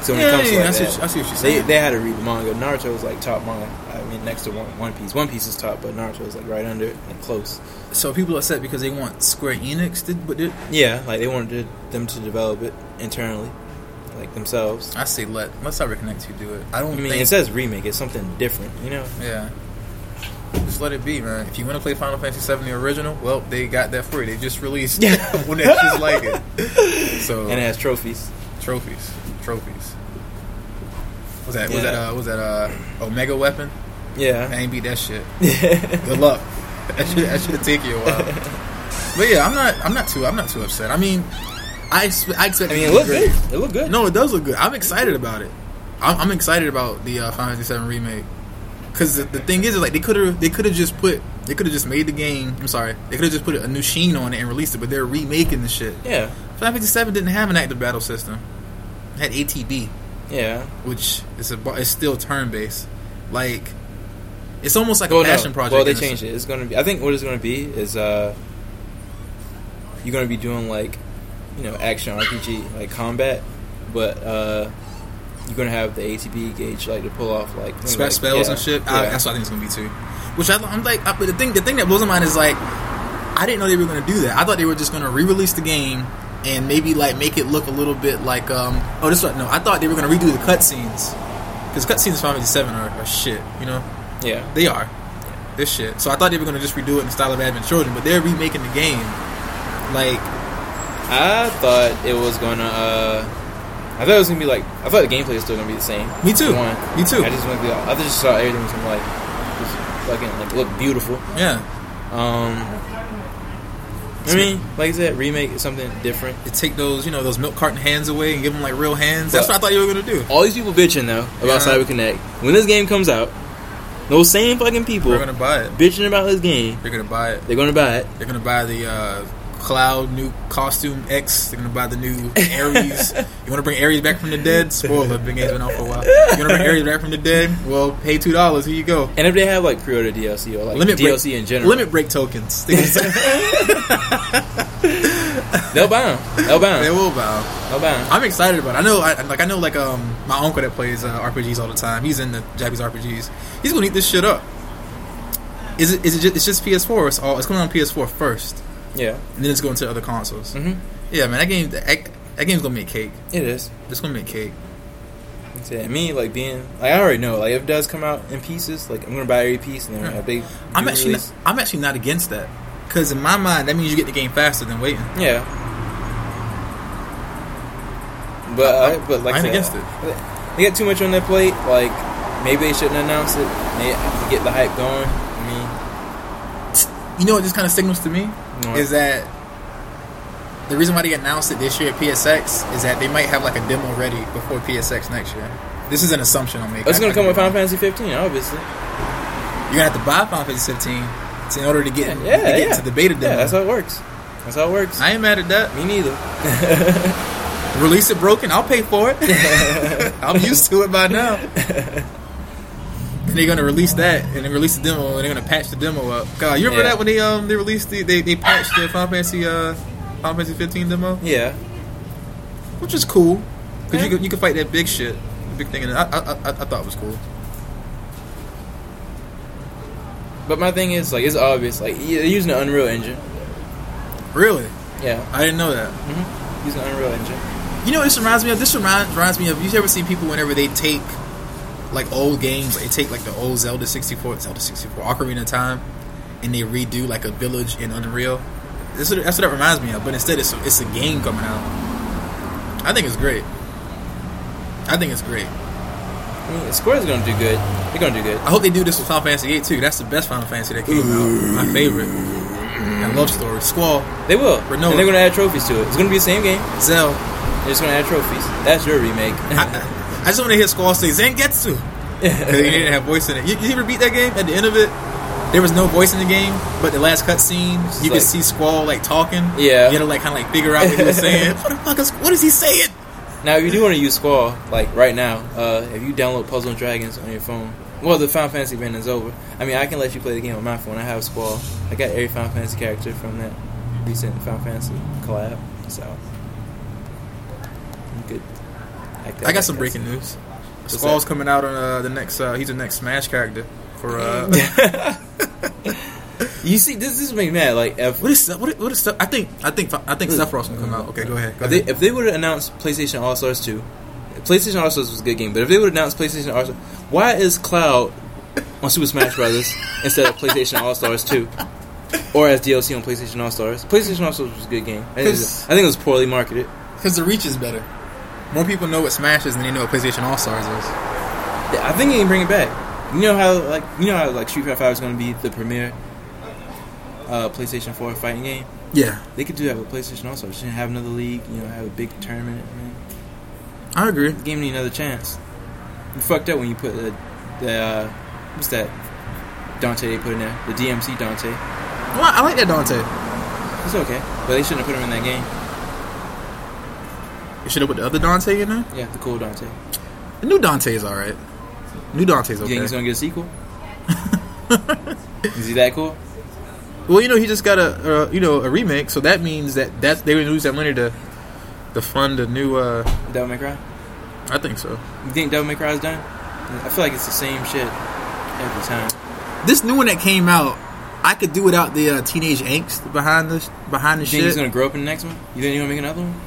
Speaker 2: So when it comes to like
Speaker 1: I, see
Speaker 2: that,
Speaker 1: what, I see what you're
Speaker 2: they
Speaker 1: saying.
Speaker 2: they had to read the manga. Naruto was like top manga I mean, next to one, one Piece. One Piece is top, but Naruto is like right under it, like close.
Speaker 1: So people are upset because they want Square Enix to but it-
Speaker 2: Yeah, like they wanted them to develop it internally, like themselves.
Speaker 1: I say let let's not reconnect you do it. I don't
Speaker 2: I mean,
Speaker 1: think
Speaker 2: it says remake. It's something different, you know.
Speaker 1: Yeah. Just let it be, man. If you want to play Final Fantasy VII the original, well, they got that free. They just released one that's just like it. So
Speaker 2: And it has trophies.
Speaker 1: trophies, trophies. Was that was
Speaker 2: Yeah.
Speaker 1: that uh, was that uh, Omega Weapon? I
Speaker 2: Yeah.
Speaker 1: ain't beat that shit. Good luck. That should, that should take you a while. But yeah, I'm not I'm not too I'm not too upset. I mean, I expe- I expect.
Speaker 2: I
Speaker 1: it
Speaker 2: mean,
Speaker 1: to
Speaker 2: it
Speaker 1: be
Speaker 2: looked
Speaker 1: great.
Speaker 2: good. It looked good.
Speaker 1: No, it does look good. I'm excited about it. I'm, I'm excited about the uh, Final Fantasy VII remake. Cause the, the thing is, is like they could have they could have just put they could have just made the game. I'm sorry, they could have just put a new sheen on it and released it. But they're remaking the shit.
Speaker 2: Yeah.
Speaker 1: Final Fantasy VII didn't have an active battle system. It had ATB,
Speaker 2: Yeah.
Speaker 1: which is a bu- it's still turn based. Like it's almost like
Speaker 2: Well,
Speaker 1: a
Speaker 2: no.
Speaker 1: passion project.
Speaker 2: Well, they
Speaker 1: in a
Speaker 2: changed
Speaker 1: sense.
Speaker 2: it. It's gonna be. I think what it's gonna be is uh, you're gonna be doing like, you know, action RPG like combat, but uh, you're gonna have the ATB gauge like to pull off like things
Speaker 1: Spe-
Speaker 2: like-
Speaker 1: spells
Speaker 2: yeah,
Speaker 1: and shit.
Speaker 2: Yeah.
Speaker 1: I, that's what I think it's gonna be too. Which I, I'm like, I, but the thing, the thing that blows my mind is like, I didn't know they were gonna do that. I thought they were just gonna re-release the game and maybe like make it look a little bit like, um, oh, this what? No, I thought they were gonna redo the cutscenes because cutscenes in Final Fantasy Seven are, are shit. You know,
Speaker 2: yeah.
Speaker 1: they are. This shit. So I thought they were gonna just redo it in the style of Advent Children, but they're remaking the game. Like,
Speaker 2: I thought it was gonna. Uh, I thought it was gonna be like. I thought the gameplay is still gonna be the same.
Speaker 1: me too.
Speaker 2: One.
Speaker 1: Me too.
Speaker 2: I just went. through- I just saw everything was gonna like just fucking like look beautiful.
Speaker 1: yeah.
Speaker 2: Um, I mean, like I said, remake is something different.
Speaker 1: To take those, you know, those milk carton hands away and give them like real hands. That's what I thought you were gonna do.
Speaker 2: All these people bitching though about
Speaker 1: Yeah.
Speaker 2: Cyber Connect. When this game comes out, those same fucking people
Speaker 1: They're gonna buy it.
Speaker 2: bitching about this game,
Speaker 1: They're gonna buy it.
Speaker 2: they're gonna buy it.
Speaker 1: They're gonna buy the uh, Cloud new costume X. They're gonna buy the new Ares. you want to bring Ares back from the dead? Spoiler: Big game's been out for a while. You want to bring Ares back from the dead? Well, pay two dollars. Here you go.
Speaker 2: And if they have like pre-order DLC or like
Speaker 1: Limit
Speaker 2: DLC
Speaker 1: break,
Speaker 2: in general,
Speaker 1: Limit break tokens. They're gonna-
Speaker 2: they'll buy them. They'll buy
Speaker 1: they
Speaker 2: them.
Speaker 1: will bow.
Speaker 2: They'll buy 'em.
Speaker 1: I'm excited about. it. I know. I, like I know. Like um, my uncle that plays uh, RPGs all the time. He's in the Japanese RPGs. He's gonna eat this shit up. Is it? Is it? Just, it's just PS4. Or it's all. It's going on PS4 first,
Speaker 2: Yeah,
Speaker 1: and then it's going to other consoles.
Speaker 2: Mhm.
Speaker 1: Yeah, man. That game. That, that game's gonna make cake.
Speaker 2: it is.
Speaker 1: It's gonna make cake.
Speaker 2: That's it. And me like being like I already know like if it does come out in pieces, like I'm gonna buy every piece and then
Speaker 1: Yeah.
Speaker 2: if they
Speaker 1: Hmm. I'm
Speaker 2: do
Speaker 1: actually not,
Speaker 2: release-
Speaker 1: I'm actually not against that because in my mind that means you get the game faster than waiting.
Speaker 2: yeah. But I, but like
Speaker 1: I ain't
Speaker 2: said,
Speaker 1: against it.
Speaker 2: They got too much on their plate. Like maybe they shouldn't announce it. They have to get the hype going. I mean.
Speaker 1: You know what this kind of signals to me
Speaker 2: What?
Speaker 1: is that the reason why they announced it this year at PSX is that they might have like a demo ready before PSX next year. This is an assumption I'm making.
Speaker 2: It's gonna
Speaker 1: I-
Speaker 2: come
Speaker 1: I-
Speaker 2: with Final Fantasy 15, obviously.
Speaker 1: You're gonna have to buy Final Fantasy 15 to, in order to get
Speaker 2: Yeah,
Speaker 1: to
Speaker 2: yeah,
Speaker 1: get
Speaker 2: yeah.
Speaker 1: into the beta demo.
Speaker 2: Yeah, that's how it works. That's how it works.
Speaker 1: I ain't mad at that.
Speaker 2: Me neither.
Speaker 1: Release it broken. I'll pay for it. I'm used to it by now. And they're gonna release that, and they release the demo, and they're gonna patch the demo up. God, you remember
Speaker 2: Yeah.
Speaker 1: that when they um they released the they, they patched the Final Fantasy uh Final Fantasy 15 demo,
Speaker 2: Yeah,
Speaker 1: which is cool because you
Speaker 2: Yeah.
Speaker 1: could you could fight that big shit, the big thing, and I I, I I thought it was cool.
Speaker 2: but my thing is like it's obvious. Like yeah, they're using an Unreal Engine.
Speaker 1: Really,
Speaker 2: Yeah,
Speaker 1: I didn't know that.
Speaker 2: using an Unreal Engine.
Speaker 1: You know, what this reminds me of this reminds reminds me of you ever seen people whenever they take like old games, like, they take like the old Zelda 64, Zelda 64, Ocarina of Time, and they redo like a village in Unreal. This is, that's what that reminds me of. But instead, it's a, it's a game coming out. I think it's great. I think it's great.
Speaker 2: I mean, Square's gonna do good. They're gonna do good.
Speaker 1: I hope they do this with Final Fantasy VIII too. That's the best Final Fantasy that came out. My favorite. I love story. Squall,
Speaker 2: They will.
Speaker 1: But no-
Speaker 2: and they're gonna add trophies to it. It's gonna be the same game.
Speaker 1: Zell.
Speaker 2: They're just gonna add trophies. That's your remake.
Speaker 1: I, I just want to hear Squall say Zangetsu. 'Cause they didn't have voice in it. You, you ever beat that game? At the end of it, there was no voice in the game, but the last cutscene, you
Speaker 2: like-
Speaker 1: could see Squall like talking.
Speaker 2: Yeah.
Speaker 1: You had to like kind of like figure out what he was saying. what the fuck is? What is he saying?
Speaker 2: now, if you do want to use Squall, like right now, uh, if you download Puzzle and Dragons on your phone, well, the Final Fantasy event is over. I mean, I can let you play the game on my phone. I have Squall. I got every Final Fantasy character from that recent Final Fantasy collab. So, I'm good.
Speaker 1: I got some breaking news. Squall's coming out on uh, the next. Uh, he's the next Smash character. for uh,
Speaker 2: You see, this this make me mad. Like if
Speaker 1: what is what is, what is stuff? I think I think I think Sephiroth's gonna come out. Okay, go ahead. Go
Speaker 2: if they,
Speaker 1: ahead.
Speaker 2: if they would have announced PlayStation All Stars two, PlayStation All Stars was a good game. But if they would have announced PlayStation All Stars, why is Cloud on Super Smash Brothers instead of PlayStation All Stars two, or as DLC on PlayStation All Stars? PlayStation All Stars was a good game. I think, it was, I think it was poorly marketed.
Speaker 1: Because the reach is better. More people know what Smash is than they know what PlayStation All Stars is.
Speaker 2: Yeah, I think they can bring it back. You know how like you know how like Street Fighter Five is going to be the premier uh, PlayStation Four fighting game.
Speaker 1: Yeah,
Speaker 2: They could do that with PlayStation All Stars. Just have another league. You know, have a big tournament. Man.
Speaker 1: I agree.
Speaker 2: The game need another chance. You fucked up when you put the, the uh, what's that Dante they put in there? The DMC Dante.
Speaker 1: Well, I like that Dante.
Speaker 2: It's okay, but they shouldn't have put him in that game.
Speaker 1: You should have put the other Dante in there.
Speaker 2: Yeah, the cool Dante.
Speaker 1: The new Dante is all right. New Dante's
Speaker 2: You think
Speaker 1: okay.
Speaker 2: he's gonna get a sequel? Is he that cool?
Speaker 1: well, you know he just got a uh, you know a remake, so that means that that's they would lose that money to to fund the new. uh
Speaker 2: Devil May Cry.
Speaker 1: I think so.
Speaker 2: You think Devil May Cry is done? I feel like it's the same shit every time.
Speaker 1: This new one that came out, I could do without the uh, teenage angst behind the behind the
Speaker 2: You think he's
Speaker 1: shit.
Speaker 2: gonna grow up in the next one? You think he's gonna make another one?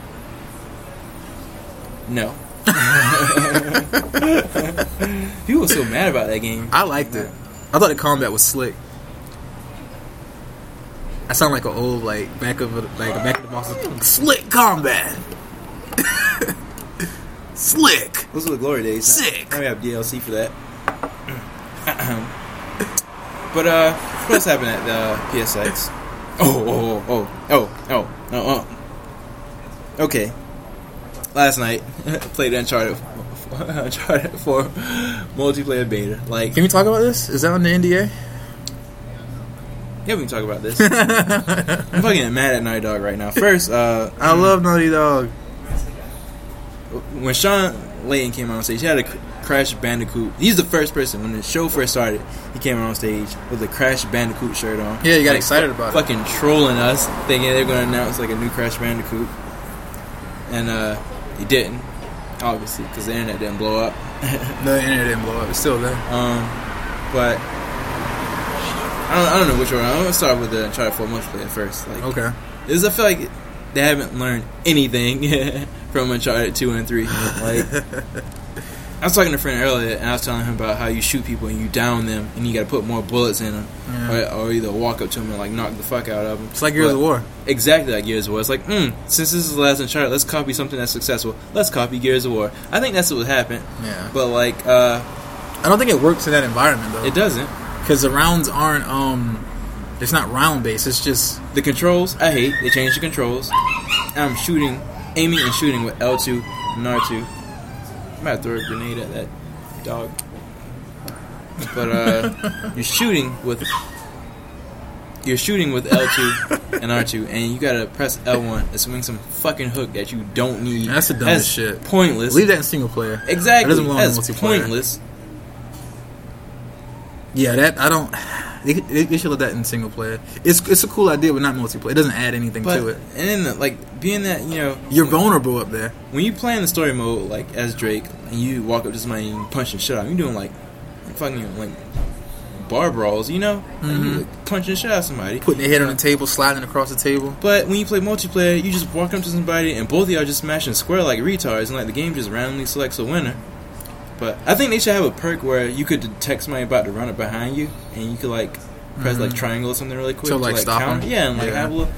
Speaker 2: No. People were so mad about that game.
Speaker 1: I liked it. I thought the combat was slick. I sound like an old like back of a, like a back of the box. Slick combat. slick.
Speaker 2: Those were the glory days.
Speaker 1: Sick.
Speaker 2: Now we have DLC for that. but uh, what else happened at uh, the PSX? Oh, oh, oh, oh, oh, oh, oh, oh. Okay. Last night, played Uncharted, Uncharted for multiplayer beta. Like,
Speaker 1: Can we talk about this? Is that on the NDA?
Speaker 2: yeah, we can talk about this. I'm fucking mad at Naughty Dog right now. First, uh,
Speaker 1: I love Naughty Dog.
Speaker 2: when Sean Layton came on stage, he had a C- Crash Bandicoot. He's the first person when the show first started. He came on stage with a Crash Bandicoot shirt on.
Speaker 1: Yeah, you got excited about it.
Speaker 2: Fucking trolling us, thinking they're going to announce like a new Crash Bandicoot, and uh, he didn't, obviously, because the internet didn't blow up.
Speaker 1: No, the internet didn't blow up. It's still there.
Speaker 2: Um, but I don't, I don't know which one. I'm gonna start with the Uncharted 4 multiplayer first. Like,
Speaker 1: Okay.
Speaker 2: is I feel like they haven't learned anything from Uncharted two and three. Like I was talking to a friend earlier, and I was telling him about how you shoot people and you down them, and you got to put more bullets in them,
Speaker 1: Yeah.
Speaker 2: or, or either walk up to them and like knock the fuck out of them.
Speaker 1: It's like Gears of War.
Speaker 2: Exactly like Gears of War. It's like, mm, since this is the last Uncharted, let's copy something that's successful. Let's copy Gears of War. I think that's what happened.
Speaker 1: Yeah.
Speaker 2: But like, uh,
Speaker 1: I don't think it works in that environment though,
Speaker 2: it doesn't.
Speaker 1: because the rounds aren't um, it's not round based. It's just
Speaker 2: The controls, I hate. They changed the controls. I'm shooting, aiming and shooting with L2 and R2. I might throw a grenade at that dog. But uh, you're shooting with you're shooting with L2 and R2, and you gotta press L1 and swing some fucking hook that you don't need.
Speaker 1: That's the dumbest shit.
Speaker 2: Pointless.
Speaker 1: leave that in single player. It
Speaker 2: Exactly.
Speaker 1: doesn't belong in
Speaker 2: That's
Speaker 1: multiplayer.
Speaker 2: pointless.
Speaker 1: Yeah, that I don't. They, they, they should let that in single player. It's it's a cool idea, but not multiplayer. It doesn't add anything
Speaker 2: But
Speaker 1: to it.
Speaker 2: and then like being that you know
Speaker 1: You're vulnerable up there.
Speaker 2: when you play in the story mode, like as Drake, and you walk up to somebody and you punch the shit out, of 'em, you're doing like fucking like bar brawls, you know, Like, you, like, punching the shit out of somebody.
Speaker 1: Mm-hmm. Putting their head on the table, sliding across the table.
Speaker 2: But when you play multiplayer, you just walk up to somebody and both of y'all just smashing square like retards, and like the game just randomly selects a winner. But I think they should have a perk where you could detect somebody about to run up behind you, and you could like press like triangle or something really quick
Speaker 1: Mm-hmm. To, like, stop 'em?
Speaker 2: counter. Yeah, and like
Speaker 1: Yeah.
Speaker 2: have a little.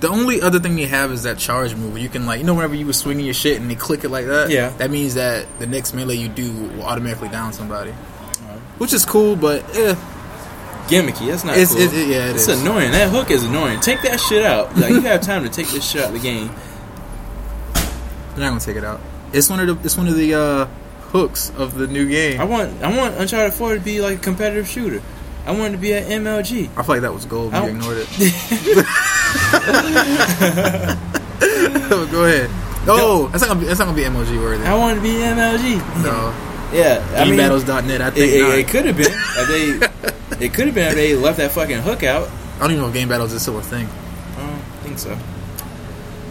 Speaker 1: The only other thing they have is that charge move. where You can like you know whenever you were swinging your shit and they click it like that.
Speaker 2: Yeah.
Speaker 1: that means that the next melee you do will automatically down somebody, which is cool. But eh,
Speaker 2: gimmicky. That's not
Speaker 1: It's-
Speaker 2: cool.
Speaker 1: it- it- yeah, it
Speaker 2: it's
Speaker 1: is.
Speaker 2: annoying. That hook is annoying. Take that shit out. Like you have time to take this shit out of the game.
Speaker 1: they're not gonna take it out. It's one of the it's one of the uh, hooks of the new game.
Speaker 2: I want I want Uncharted Four to be like a competitive shooter. I want it to be an MLG.
Speaker 1: I feel like that was gold.
Speaker 2: I
Speaker 1: but You
Speaker 2: don't-
Speaker 1: ignored it. Go ahead. Oh, that's not gonna be, that's not gonna be MLG worthy.
Speaker 2: I want it to be MLG.
Speaker 1: No.
Speaker 2: Yeah, I mean, it,
Speaker 1: GameBattles.net. I think
Speaker 2: it,
Speaker 1: not.
Speaker 2: it could have been if they it could have been if they left that fucking hook out.
Speaker 1: I don't even know if Game Battles is still a thing.
Speaker 2: I don't think so.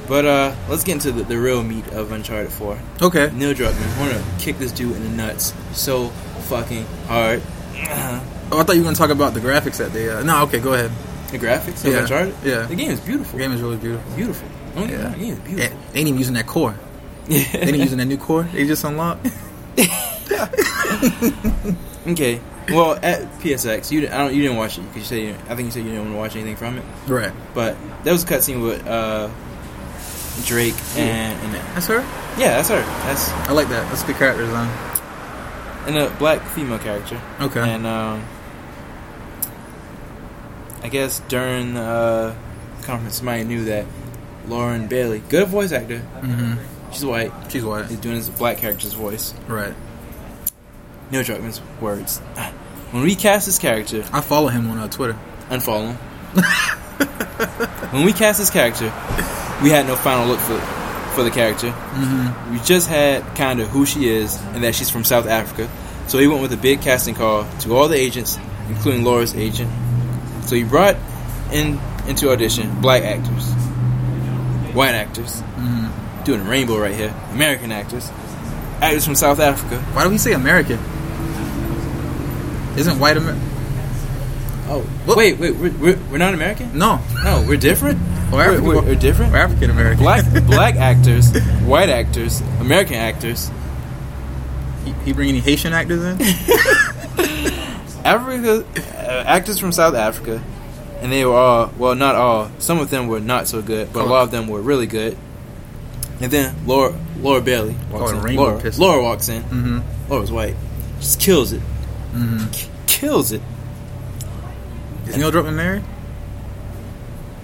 Speaker 2: But uh, let's get into the, the real meat of Uncharted Four.
Speaker 1: Okay.
Speaker 2: Neil Druckmann, want to kick this dude in the nuts so fucking hard.
Speaker 1: Oh, I thought you were gonna talk about the graphics that day. Uh, no, okay, go ahead.
Speaker 2: The graphics of
Speaker 1: Yeah.
Speaker 2: Uncharted?
Speaker 1: Yeah.
Speaker 2: The game is
Speaker 1: The
Speaker 2: beautiful.
Speaker 1: game is really beautiful.
Speaker 2: Beautiful. Oh, yeah.
Speaker 1: Yeah.
Speaker 2: The game is
Speaker 1: Yeah,
Speaker 2: beautiful.
Speaker 1: they ain't even using that core. They ain't using that new core. They just unlocked.
Speaker 2: okay. Well, at PSX, you didn't, I don't, you didn't watch it because you said you didn't, I think you said you didn't want to watch anything from it.
Speaker 1: Right.
Speaker 2: But that was a cutscene with uh, Drake and, and
Speaker 1: That's her.
Speaker 2: yeah, that's her. That's
Speaker 1: I like that. That's a good character design.
Speaker 2: and a black female character.
Speaker 1: Okay.
Speaker 2: And um, I guess during the uh, conference, somebody knew that Lauren Bailey, good voice actor,
Speaker 1: mm-hmm.
Speaker 2: she's white,
Speaker 1: She's white.
Speaker 2: is doing his black character's voice.
Speaker 1: Right.
Speaker 2: Neil Druckmann's words. When we cast this character,
Speaker 1: I follow him on uh, Twitter.
Speaker 2: unfollow him. when we cast this character, we had no final look for for the character.
Speaker 1: Mm-hmm.
Speaker 2: We just had kind of who she is and that she's from South Africa. So he went with a big casting call to all the agents, including Laura's agent. So he brought in into audition black actors, white actors,
Speaker 1: Mm-hmm.
Speaker 2: doing rainbow right here, American actors, actors from South Africa.
Speaker 1: Why do we say American? Isn't white Amer?
Speaker 2: Oh, wait, wait, we're, we're, we're not American?
Speaker 1: No,
Speaker 2: No, we're different.
Speaker 1: We're
Speaker 2: We're,
Speaker 1: African.
Speaker 2: we're, we're different.
Speaker 1: we're African American.
Speaker 2: black black actors, white actors, American actors.
Speaker 1: He, he bring any Haitian actors in?
Speaker 2: Africa uh, actors from South Africa, and they were all well, not all. Some of them were not so good, but a lot of them were really good. And then Laura Laura Bailey walks
Speaker 1: Oh,
Speaker 2: in.
Speaker 1: Rainbow
Speaker 2: Laura,
Speaker 1: Pistol.
Speaker 2: Laura walks in.
Speaker 1: Mm-hmm.
Speaker 2: Laura's white. Just kills it.
Speaker 1: Mm-hmm.
Speaker 2: K- kills it.
Speaker 1: Is Neil Druckmann married?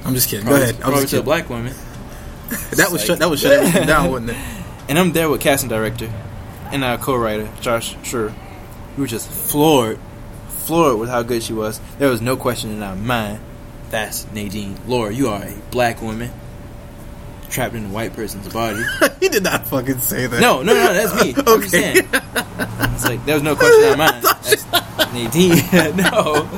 Speaker 1: I'm just kidding. Go ahead. I'm
Speaker 2: Probably
Speaker 1: just
Speaker 2: to a
Speaker 1: kidding.
Speaker 2: black woman.
Speaker 1: That was shut. That was shut everything down, wasn't it?
Speaker 2: And I'm there with casting director and our co-writer Josh Sure. We were just floored, floored with how good she was. There was no question in our mind. That's Nadine. Laura, you are a black woman trapped in a white person's body.
Speaker 1: he did not fucking say that.
Speaker 2: No, no, no, that's me. okay. I'm just
Speaker 1: Okay.
Speaker 2: saying. It's like there was no question in our mind. That's Nadine. no.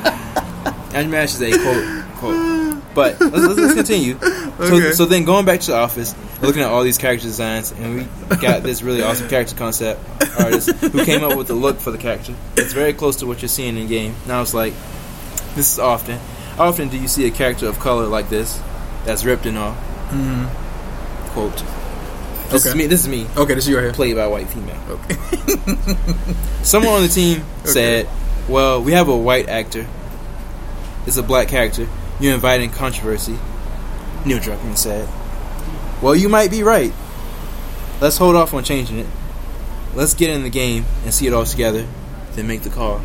Speaker 2: I'm mad she's a quote quote. But let's, let's, let's continue. So,
Speaker 1: Okay.
Speaker 2: so then going back to the office, looking at all these character designs, and we got this really awesome character concept artist who came up with the look for the character. It's very close to what you're seeing in game. And I was like, this is often. How often do you see a character of color like this that's ripped and all?
Speaker 1: Mm-hmm.
Speaker 2: Quote. This is
Speaker 1: Okay.
Speaker 2: me. This is me
Speaker 1: Okay, this is your hair.
Speaker 2: played by a white female. Someone on the team said, "Well, we have a white actor. It's a black character. You're inviting controversy." Neil Druckmann said, "Well, you might be right. Let's hold off on changing it. Let's get in the game and see it all together, then make the call."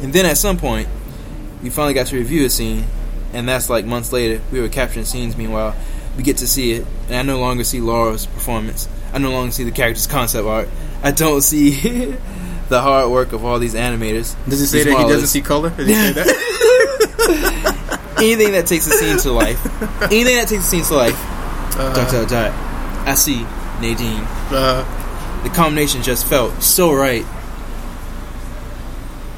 Speaker 2: And then at some point, we finally got to review a scene, and that's like months later. We were capturing scenes. Meanwhile, we get to see it, and I no longer see Laura's performance. I no longer see the character's concept art. I don't see the hard work of all these animators.
Speaker 1: Does he
Speaker 2: these
Speaker 1: say that he
Speaker 2: modelers.
Speaker 1: doesn't see color? Did he say that?
Speaker 2: anything that takes a scene to life? Anything that takes a scene to life? Dot
Speaker 1: Uh,
Speaker 2: dot dot. I see Nadine.
Speaker 1: uh,
Speaker 2: The combination just felt so right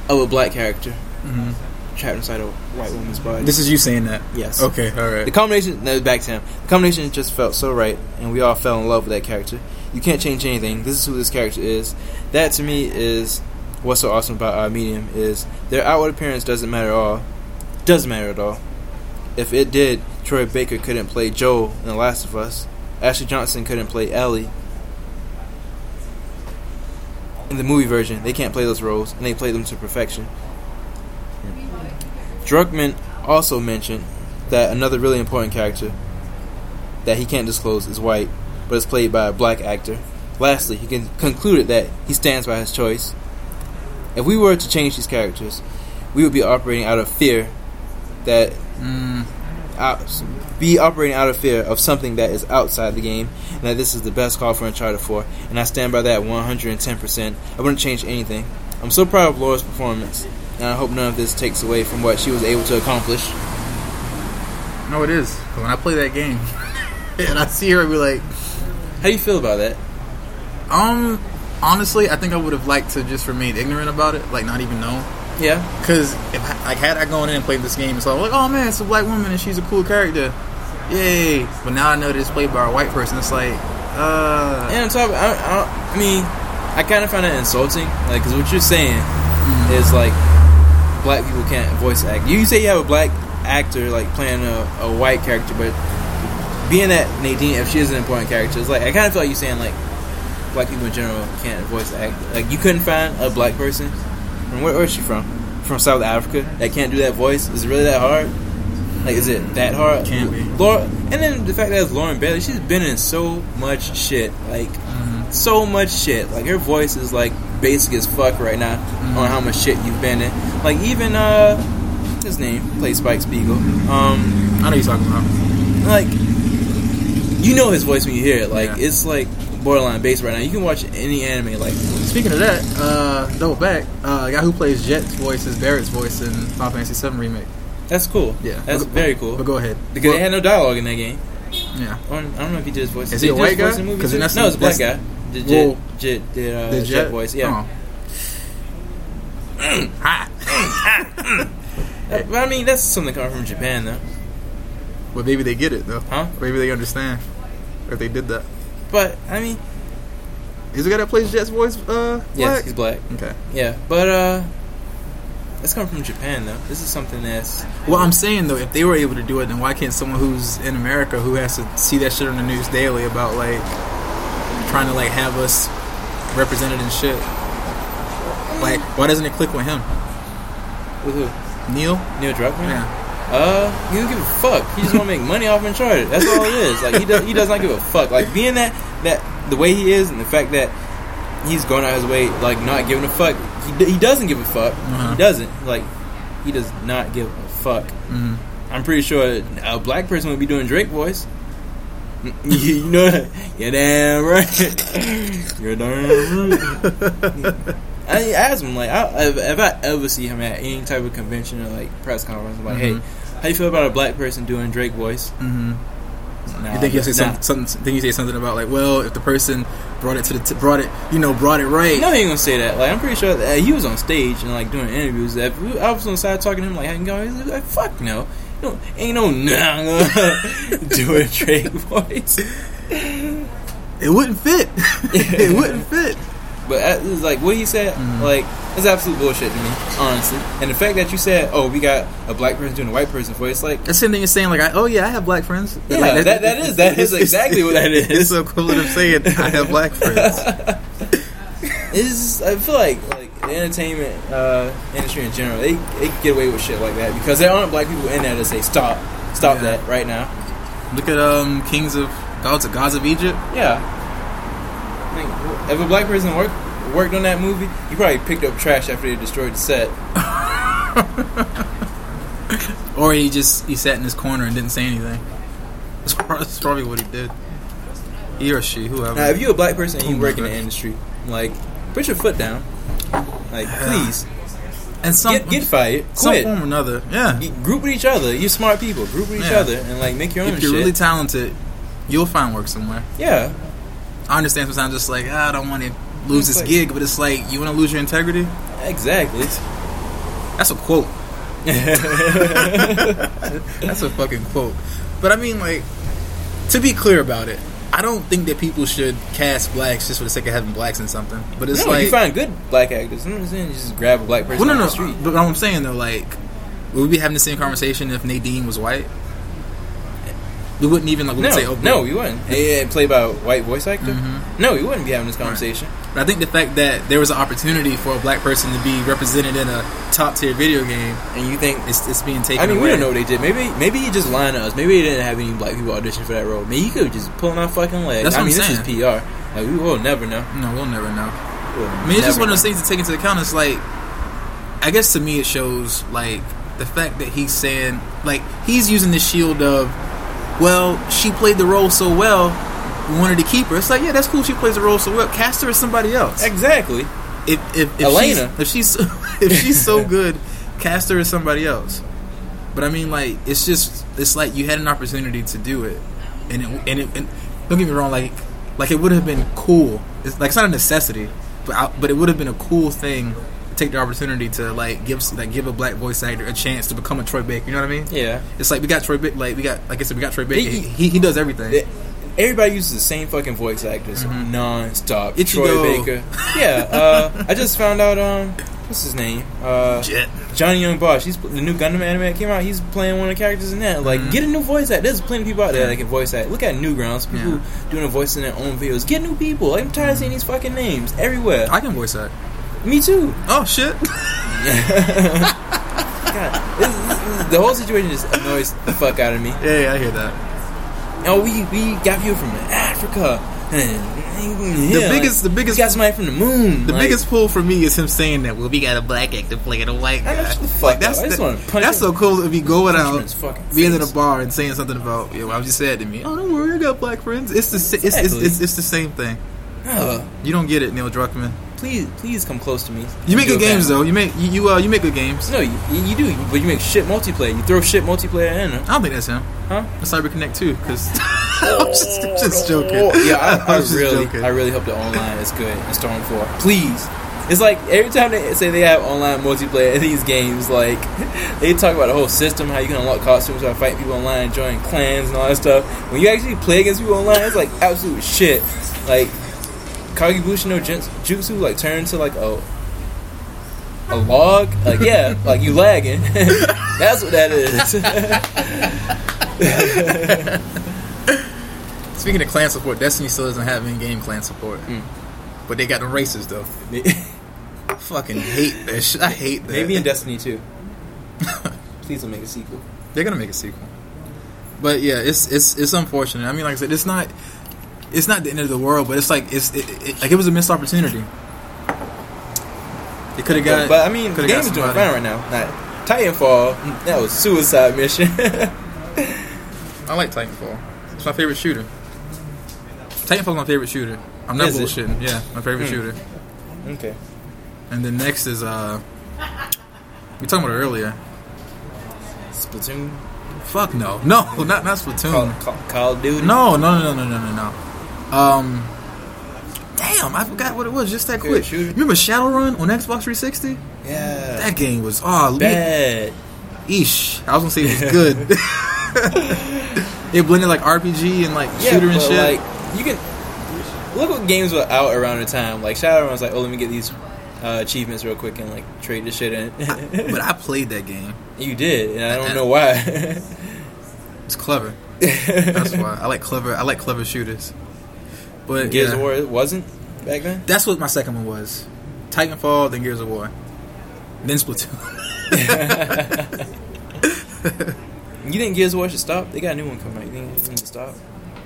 Speaker 2: of a black character
Speaker 1: mhm.
Speaker 2: trapped inside a white woman's body.
Speaker 1: This is you saying that.
Speaker 2: yes.
Speaker 1: Okay, all
Speaker 2: The
Speaker 1: right.
Speaker 2: combination, no, back to him. The combination just felt so right, and we all fell in love with that character. You can't change anything. This is who this character is. That to me is what's so awesome about our medium is their outward appearance doesn't matter at all. Doesn't matter at all. If it did, Troy Baker couldn't play Joel in The Last of Us. Ashley Johnson couldn't play Ellie. In the movie version, they can't play those roles, and they play them to perfection. Druckman also mentioned that another really important character that he can't disclose is white, but is played by a black actor. Lastly, he con- concluded that he stands by his choice. If we were to change these characters, we would be operating out of fear that
Speaker 1: Mm,
Speaker 2: out, be operating out of fear of something that is outside the game, and that this is the best call for Uncharted 4, and I stand by that 110%. I wouldn't change anything. I'm so proud of Laura's performance, and I hope none of this takes away from what she was able to accomplish.
Speaker 1: no, it is. When I play that game, and I see her, I be like,
Speaker 2: How do you feel about that?
Speaker 1: um, honestly, I think I would have liked to just remain ignorant about it, like not even know.
Speaker 2: Yeah.
Speaker 1: Cause if like had I gone in and played this game, it's all like, oh man, it's a black woman and she's a cool character, yay! But now I know that it's played by a white person. It's like, uh,
Speaker 2: And on top, I, I, I mean, I kind of find it insulting, like, because what you're saying is like black people can't voice act. You say you have a black actor like playing a, a white character, but being that Nadine, if she is an important character, it's like I kind of feel like you saying like black people in general can't voice act. Like you couldn't find a black person from where, where is she from? From South Africa that can't do that voice. Is it really that hard? Like, is it that hard?
Speaker 1: Can be.
Speaker 2: Laura, and then the fact that it's Lauren Bailey, she's been in so much shit. Like, so much shit. Like her voice is like basic as fuck right now on how much shit you've been in. Like even uh his name plays Spike Spiegel. Um
Speaker 1: I know you're talking about.
Speaker 2: like you know his voice when you hear it. Like
Speaker 1: Yeah.
Speaker 2: it's like borderline bass right now. You can watch any anime like
Speaker 5: Speaking of that, uh, double back, uh, the guy who plays Jet's voice is Barrett's voice in Final Fantasy VII Remake.
Speaker 2: that's cool.
Speaker 5: Yeah.
Speaker 2: That's
Speaker 5: But-
Speaker 2: very cool.
Speaker 5: But go ahead.
Speaker 2: Because they had no dialogue in that game.
Speaker 5: Yeah.
Speaker 2: Or, I don't know if he did his voice.
Speaker 5: Is
Speaker 2: Did
Speaker 5: he a
Speaker 2: do his
Speaker 5: white guy?
Speaker 2: voice in the movie
Speaker 5: 'Cause
Speaker 2: too?
Speaker 5: then that's-
Speaker 2: no, it's a black
Speaker 5: that's-
Speaker 2: guy. Did Jet,
Speaker 5: Well,
Speaker 2: Jet did uh,
Speaker 5: The
Speaker 2: Jet, voice? Yeah.
Speaker 5: Oh.
Speaker 2: That- Uh, but I mean, that's something coming from Japan though.
Speaker 5: But maybe they get it though.
Speaker 2: Huh?
Speaker 5: Maybe they understand if they did that.
Speaker 2: But I mean,
Speaker 5: Is the guy that plays Jet's voice? Uh,
Speaker 2: yes,
Speaker 5: black?
Speaker 2: he's black.
Speaker 5: okay.
Speaker 2: Yeah, but uh, it's coming from Japan though. This is something that's
Speaker 1: Well, I'm saying though, if they were able to do it, then why can't someone who's in America who has to see that shit on the news daily about like trying to like have us represented and shit? Like, why doesn't it click with him?
Speaker 2: with who
Speaker 1: Neil?
Speaker 2: Neil Druckmann.
Speaker 1: Yeah.
Speaker 2: Uh, he don't give a fuck. He just want to make money off Uncharted. That's all it is. Like he does, he does not give a fuck. Like being that that the way he is, and the fact that he's going out his way, like not giving a fuck. He, d- he doesn't give a fuck.
Speaker 1: Uh-huh.
Speaker 2: He doesn't like. He does not give a fuck.
Speaker 1: Mhm.
Speaker 2: I'm pretty sure a black person would be doing Drake voice. you know, you're damn right. You're damn right. I asked him like, I, if, if I ever see him at any type of convention or like press conference, I'm like,
Speaker 1: Mhm.
Speaker 2: hey, how you feel about a black person doing Drake voice?
Speaker 1: Mm-hmm.
Speaker 2: Nah,
Speaker 1: You think you say
Speaker 2: nah.
Speaker 1: some, something? Think you say something about like, well, if the person brought it to the t- brought it, you know, brought it right.
Speaker 2: No, he ain't gonna say that. Like, I'm pretty sure that he was on stage and like doing interviews. That if I was on the side talking to him, like, how you going? He's like, fuck no, no, ain't no nah doing Drake voice.
Speaker 1: It wouldn't fit. it wouldn't fit.
Speaker 2: But uh, it was like what he said, like it's absolute bullshit to me, honestly. And the fact that you said, "Oh, we got a black person doing a white person voice," like,
Speaker 1: That's the same thing as saying like, I, oh yeah, I have black friends.
Speaker 2: yeah,
Speaker 1: Like,
Speaker 2: that, that is that is exactly what that is.
Speaker 5: It's the equivalent of saying I have black friends.
Speaker 2: It's, I feel like like the entertainment uh, industry in general, they they can get away with shit like that because there aren't black people in there to say stop, stop
Speaker 1: Yeah.
Speaker 2: that right now.
Speaker 1: Look at um, kings of gods of gods of Egypt.
Speaker 2: Yeah. I think if a black person worked worked on that movie, you probably picked up trash after they destroyed the set.
Speaker 1: Or he just he sat in his corner and didn't say anything. That's prob- that's probably what he did. He or she, whoever.
Speaker 2: Now, if you a black person and
Speaker 1: Oh
Speaker 2: you
Speaker 1: my
Speaker 2: work in the
Speaker 1: gosh.
Speaker 2: industry, like put your foot down. Like please
Speaker 1: and some
Speaker 2: get get fired,
Speaker 1: some
Speaker 2: quit.
Speaker 1: form or another. Yeah.
Speaker 2: Get- Group with each other. You're smart people. Group with each
Speaker 1: Yeah.
Speaker 2: other and like make your own
Speaker 1: If you're
Speaker 2: shit.
Speaker 1: really talented, you'll find work somewhere.
Speaker 2: yeah.
Speaker 1: I understand sometimes just like ah, I don't want to lose this
Speaker 2: Like-
Speaker 1: gig, but it's like you want to lose your integrity.
Speaker 2: Exactly.
Speaker 1: That's a quote. That's a fucking quote. But I mean, like, to be clear about it, I don't think that people should cast blacks just for the sake of having blacks in something. But it's
Speaker 2: no,
Speaker 1: like,
Speaker 2: you find good black actors. I'm just saying, you just grab a black person
Speaker 1: well, no,
Speaker 2: on
Speaker 1: no.
Speaker 2: the street.
Speaker 1: But what I'm saying though, like, would we be having the same conversation if Nadine was white? We wouldn't even like we
Speaker 2: No,
Speaker 1: would say, oh, Mm-hmm.
Speaker 2: no, you wouldn't. Yeah, play by a white voice actor. No, you wouldn't be having this conversation.
Speaker 1: But I think the fact that there was an opportunity for a black person to be represented in a top tier video game,
Speaker 2: And you think?
Speaker 1: it's, it's being taken.
Speaker 2: I mean,
Speaker 1: away.
Speaker 2: we don't know what they did. Maybe, maybe he just lying to us. Maybe he didn't have any black people audition for that role. Maybe he could have just pulling our fucking legs.
Speaker 1: That's
Speaker 2: I
Speaker 1: what
Speaker 2: mean,
Speaker 1: I'm
Speaker 2: this
Speaker 1: saying.
Speaker 2: is PR. Like we will never know.
Speaker 1: No, we'll never know.
Speaker 2: We'll
Speaker 1: I mean, it's just one of those things to take into account. It's like, I guess to me, it shows like the fact that he's saying, like, he's using the shield of, well, she played the role so well, we wanted to keep her. It's like, yeah, that's cool. She plays the role so well. Cast her as somebody else.
Speaker 2: Exactly.
Speaker 1: If if, if
Speaker 2: Elena.
Speaker 1: she's, if she's if she's so good, cast her as somebody else. But I mean, like, it's just it's like you had an opportunity to do it, and it, and, it, and don't get me wrong, like like it would have been cool. It's like it's not a necessity, but I, but it would have been a cool thing to take the opportunity to like give like give a black voice actor a chance to become a Troy Baker. You know what I mean?
Speaker 2: Yeah.
Speaker 1: It's like we got Troy Baker. Like we got like I said, we got Troy Baker.
Speaker 2: He-
Speaker 1: He he, he does everything.
Speaker 2: It- everybody uses the same fucking voice actors non-stop.
Speaker 1: Ichigo.
Speaker 2: Troy Baker. Yeah. Uh, I just found out. Um, what's his name? Uh,
Speaker 1: Jet.
Speaker 2: Johnny Young Bosch. He's the new Gundam anime that came out. He's playing one of the characters in that. Like,
Speaker 5: Mhm.
Speaker 2: get a new voice act. There's plenty of people out there that can voice act. Look at Newgrounds. People doing a voice in their own videos. Get new people. I'm tired of seeing these fucking names everywhere.
Speaker 5: I can voice act.
Speaker 2: Me too.
Speaker 1: Oh shit!
Speaker 2: God, this, this- this- the whole situation just annoys the fuck out of me.
Speaker 1: yeah, yeah, I hear that.
Speaker 2: Oh, we we got people from Africa.
Speaker 1: The
Speaker 2: The
Speaker 1: biggest, the
Speaker 2: We
Speaker 1: biggest,
Speaker 2: got somebody from the moon.
Speaker 1: the
Speaker 2: like,
Speaker 1: biggest pull for me is him saying that. Well, we got a
Speaker 6: black actor playing a white
Speaker 2: I know,
Speaker 6: guy.
Speaker 2: shut the fuck
Speaker 1: that's
Speaker 2: up. I just
Speaker 1: the-
Speaker 2: want to punch
Speaker 1: that's
Speaker 2: him.
Speaker 1: so cool if you going
Speaker 2: punch him in
Speaker 1: out,
Speaker 2: his fucking
Speaker 1: being in
Speaker 2: face.
Speaker 1: a bar and saying something about yeah, why would you say that to me? Oh, don't worry, I got black friends. It's the sa- it's, it's,
Speaker 2: Exactly.
Speaker 1: it's, it's the same thing.
Speaker 2: Ugh.
Speaker 1: You don't get it, Neil Druckmann.
Speaker 2: please, please come close to me.
Speaker 1: You make
Speaker 2: Do
Speaker 1: good
Speaker 2: it
Speaker 1: games
Speaker 2: now.
Speaker 1: though. You make you you, uh, you make good games.
Speaker 2: No, you, you do, but you make shit multiplayer. You throw shit multiplayer in. Huh?
Speaker 1: I don't think that's him.
Speaker 2: Huh?
Speaker 1: That's CyberConnect too, because I'm just, just joking.
Speaker 2: Oh, Yeah, I, I,
Speaker 1: was just
Speaker 2: really,
Speaker 1: joking.
Speaker 2: I really hope the online is good in Storm Four. Please, it's like every time they say they have online multiplayer in these games, like they talk about the whole system, how you can unlock costumes by fighting people online, join clans, and all that stuff. When you actually play against people online, it's like absolute shit. Like Kagebushi no Jins- Jutsu, like turned to like a a log. Like yeah, like you lagging. That's what that is.
Speaker 1: Speaking of clan support, Destiny still doesn't have in-game clan support,
Speaker 2: Mm.
Speaker 1: but they got the races though. I fucking hate that shit. I hate that.
Speaker 2: Maybe in Destiny 2. Please don't make a sequel.
Speaker 1: They're gonna make a sequel. But yeah, it's it's it's unfortunate. I mean, like I said, it's not it's not the end of the world, but it's like it's it, it, like it was a missed opportunity. They could have got,
Speaker 2: but I mean, the
Speaker 1: coulda
Speaker 2: game's doing fine right now. Not Titanfall, that was suicide mission.
Speaker 1: I like Titanfall. It's my favorite shooter. Titanfall's my favorite shooter. I'm not
Speaker 2: Is it? Hmm.
Speaker 1: bullshitting. Yeah, my favorite shooter.
Speaker 2: okay.
Speaker 1: And then next is uh, we talking about it earlier.
Speaker 2: Splatoon,
Speaker 1: Fuck no, no, not not Splatoon.
Speaker 2: Call, Call, Call of Duty.
Speaker 1: No, no, no, no, no, no, no, no. Um, damn, I forgot what it was just that
Speaker 2: Good
Speaker 1: quick.
Speaker 2: shooter.
Speaker 1: Remember Shadowrun on Xbox 360?
Speaker 2: Yeah.
Speaker 1: That game was oh, le-
Speaker 2: bad.
Speaker 1: eesh. I was gonna say it was good. it blended like RPG and like
Speaker 2: Yeah,
Speaker 1: shooter and
Speaker 2: but,
Speaker 1: shit.
Speaker 2: Like, you can look what games were out around the time. Like Shadowrun was like, oh, let me get these uh, achievements real quick and like trade this shit in.
Speaker 1: but I played that game.
Speaker 2: you did, and I don't know why.
Speaker 1: It's clever. That's why I like clever. I like clever shooters. But
Speaker 2: Gears
Speaker 1: yeah,
Speaker 2: of War it wasn't back then.
Speaker 1: that's what my second one was: Titanfall, then Gears of War, then Splatoon.
Speaker 2: You think Gears of War should stop? They got a new one coming out. You think it needs to stop?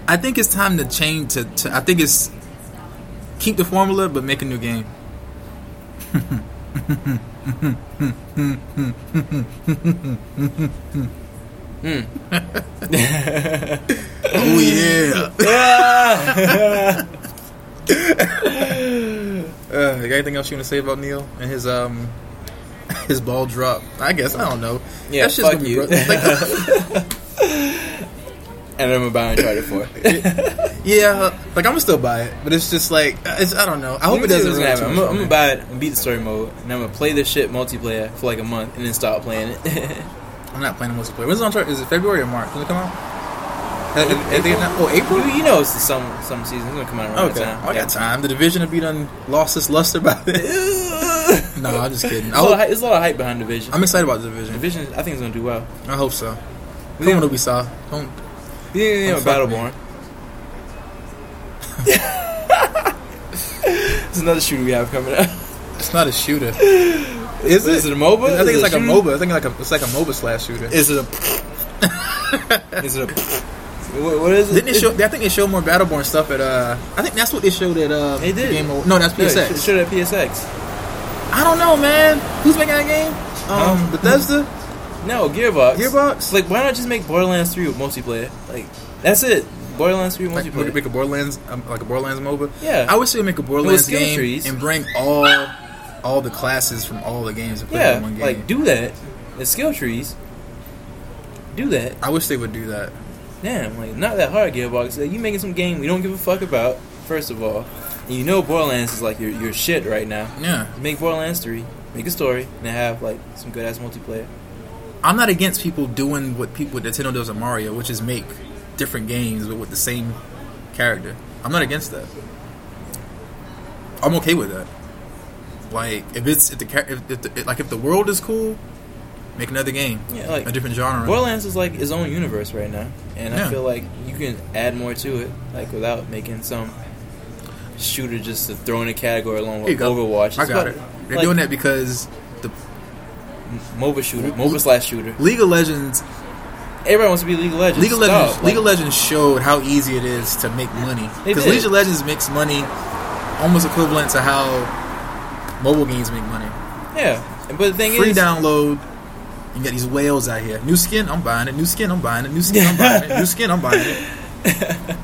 Speaker 1: I think it's time to change to, to. I think it's keep the formula, but make a new game. oh yeah. Uh, you got anything else you want to say about Neil and his um his ball drop? I guess I don't know.
Speaker 2: Yeah,
Speaker 1: That shit's
Speaker 2: fuck
Speaker 1: gonna be
Speaker 2: you.
Speaker 1: bro- like,
Speaker 2: and I'm about Uncharted 4.
Speaker 1: yeah, like I'm gonna still buy it, but it's just like it's I don't know. I hope it doesn't really
Speaker 2: happen.
Speaker 1: too
Speaker 2: I'm,
Speaker 1: much
Speaker 2: gonna- I'm
Speaker 1: for me.
Speaker 2: gonna buy it and beat the story mode, and I'm gonna play this shit multiplayer for like a month, and then stop playing it.
Speaker 1: I'm not playing the multiplayer. When's it on chart? Is it February or March? When it come out? Has- has- has it been- Oh, April.
Speaker 2: you, you know, it's the summer, summer season. It's gonna come out around
Speaker 1: Okay,
Speaker 2: that time.
Speaker 1: I got time. The division will be done. Lost its luster by then.
Speaker 2: There's
Speaker 1: no, I'm just kidding. I
Speaker 2: a, lot of,
Speaker 1: hope,
Speaker 2: hy- there's a lot of hype behind Division.
Speaker 1: I'm excited about the division.
Speaker 2: Division, I think, is gonna do well.
Speaker 1: I hope so.
Speaker 2: We
Speaker 1: Come on,
Speaker 2: gonna-
Speaker 1: Ubisoft. Don't
Speaker 2: You think
Speaker 1: Oh,
Speaker 2: they're
Speaker 1: fuck
Speaker 2: Battleborn? It's another shooter we have coming out.
Speaker 1: It's not a shooter.
Speaker 2: Is it? Is it a MOBA?
Speaker 1: I
Speaker 2: Is
Speaker 1: think it's
Speaker 2: it
Speaker 1: like a
Speaker 2: shooter?
Speaker 1: MOBA. I think like a, it's like a MOBA slash shooter.
Speaker 2: Is it a? is it a? What, what is it?
Speaker 1: Didn't they show? I think they showed more Battleborn stuff at. uh I think that's what they showed at. uh
Speaker 2: They did.
Speaker 1: Game Awards. No, that's
Speaker 2: No,
Speaker 1: PSX.
Speaker 2: sh- Show that PSX.
Speaker 1: I don't know, man. Who's making that game? Um,
Speaker 2: Huh?
Speaker 1: Bethesda.
Speaker 2: No, Gearbox.
Speaker 1: Gearbox?
Speaker 2: Like, why not just make Borderlands 3 with multiplayer? Like, that's it. Borderlands 3
Speaker 1: Like,
Speaker 2: multiplayer.
Speaker 1: make make a Borderlands, um, like a Borderlands MOBA.
Speaker 2: Yeah.
Speaker 1: I wish they would make a Borderlands
Speaker 2: skill
Speaker 1: game
Speaker 2: trees.
Speaker 1: and bring all, all the classes from all the games and put it in
Speaker 2: yeah,
Speaker 1: one game.
Speaker 2: like do that. The skill trees. Do that.
Speaker 1: I wish they would do that.
Speaker 2: Damn, like not that hard, Gearbox. Like, you making some game we don't give a fuck about. First of all, and you know Borderlands is like your your shit right now.
Speaker 1: Yeah.
Speaker 2: Make Borderlands 3. Make a story and have like some good ass multiplayer.
Speaker 1: I'm not against people doing what people what Nintendo does with Mario, which is make different games but with the same character. I'm not against that. I'm okay with that. Like if it's if the char- if, if the, like if the world is cool, make another game,
Speaker 2: Yeah, like-
Speaker 1: a different genre.
Speaker 2: Borderlands is like its own universe right now, and
Speaker 1: Yeah.
Speaker 2: I feel like you can add more to it, like without making some shooter just to throw in a category along
Speaker 1: Here
Speaker 2: with
Speaker 1: you go.
Speaker 2: Overwatch.
Speaker 1: I
Speaker 2: It's
Speaker 1: got
Speaker 2: about-
Speaker 1: it. They're
Speaker 2: like,
Speaker 1: doing that because the
Speaker 2: MOBA shooter, MOBA slash shooter.
Speaker 1: League of Legends,
Speaker 2: Everybody wants to be League of Legends.
Speaker 1: League of
Speaker 2: Stop.
Speaker 1: Legends,
Speaker 2: Like,
Speaker 1: League of Legends showed how easy it is to make money
Speaker 2: They
Speaker 1: because
Speaker 2: did.
Speaker 1: League of Legends makes money almost equivalent to how mobile games make money.
Speaker 2: yeah. But the thing
Speaker 1: Free
Speaker 2: is,
Speaker 1: download. You got these whales out here. New skin, I'm buying it. New skin, I'm buying it. New skin, I'm buying it. New skin, I'm buying it.